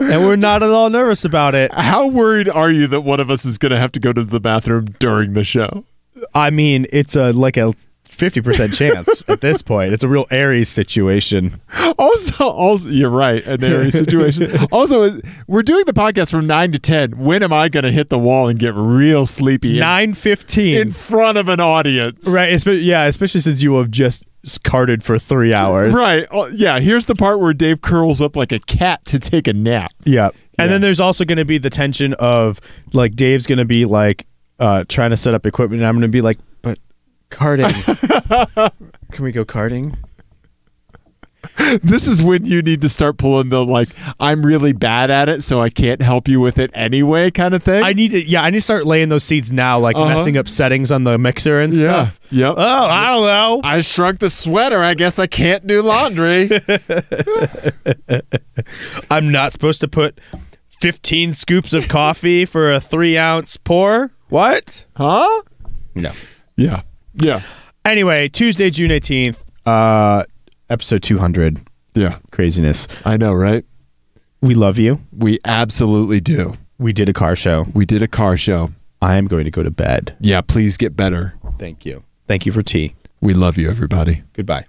[SPEAKER 3] And we're not at all nervous about it.
[SPEAKER 2] How worried are you that one of us is going to have to go to the bathroom during the show?
[SPEAKER 3] I mean, it's a like a 50% chance at this point. It's a real Aries situation.
[SPEAKER 2] Also, also, you're right. An airy situation. also, we're doing the podcast from nine to ten. When am I going to hit the wall and get real sleepy in-
[SPEAKER 3] 9:15.
[SPEAKER 2] in, front of an audience?
[SPEAKER 3] right, espe- yeah, especially since you have just carted for 3 hours.
[SPEAKER 2] Right. Oh, yeah. Here's the part where Dave curls up like a cat to take a nap.
[SPEAKER 3] Yeah. And then there's also going to be the tension of like Dave's going to be like uh, trying to set up equipment, and I'm going to be like, but karting. Can we go karting?
[SPEAKER 2] This is when you need to start pulling the like, I'm really bad at it, so I can't help you with it anyway, kind of thing.
[SPEAKER 3] I need to, yeah, I need to start laying those seeds now, like
[SPEAKER 2] Uh-huh.
[SPEAKER 3] messing up settings on the mixer and
[SPEAKER 2] yeah.
[SPEAKER 3] stuff.
[SPEAKER 2] Yep.
[SPEAKER 3] Oh, I don't know.
[SPEAKER 2] I shrunk the sweater. I guess I can't do laundry.
[SPEAKER 3] I'm not supposed to put 15 scoops of coffee for a three ounce pour. What?
[SPEAKER 2] huh?
[SPEAKER 3] No.
[SPEAKER 2] Yeah. Yeah.
[SPEAKER 3] Anyway, Tuesday, June 18th, uh, episode 200.
[SPEAKER 2] Yeah.
[SPEAKER 3] Craziness.
[SPEAKER 2] I know, right?
[SPEAKER 3] we love you.
[SPEAKER 2] We absolutely do.
[SPEAKER 3] We did a car show.
[SPEAKER 2] We did a car show.
[SPEAKER 3] I am going to go to bed.
[SPEAKER 2] Yeah, please get better.
[SPEAKER 3] Thank you. Thank you for tea.
[SPEAKER 2] We love you, everybody.
[SPEAKER 3] Goodbye.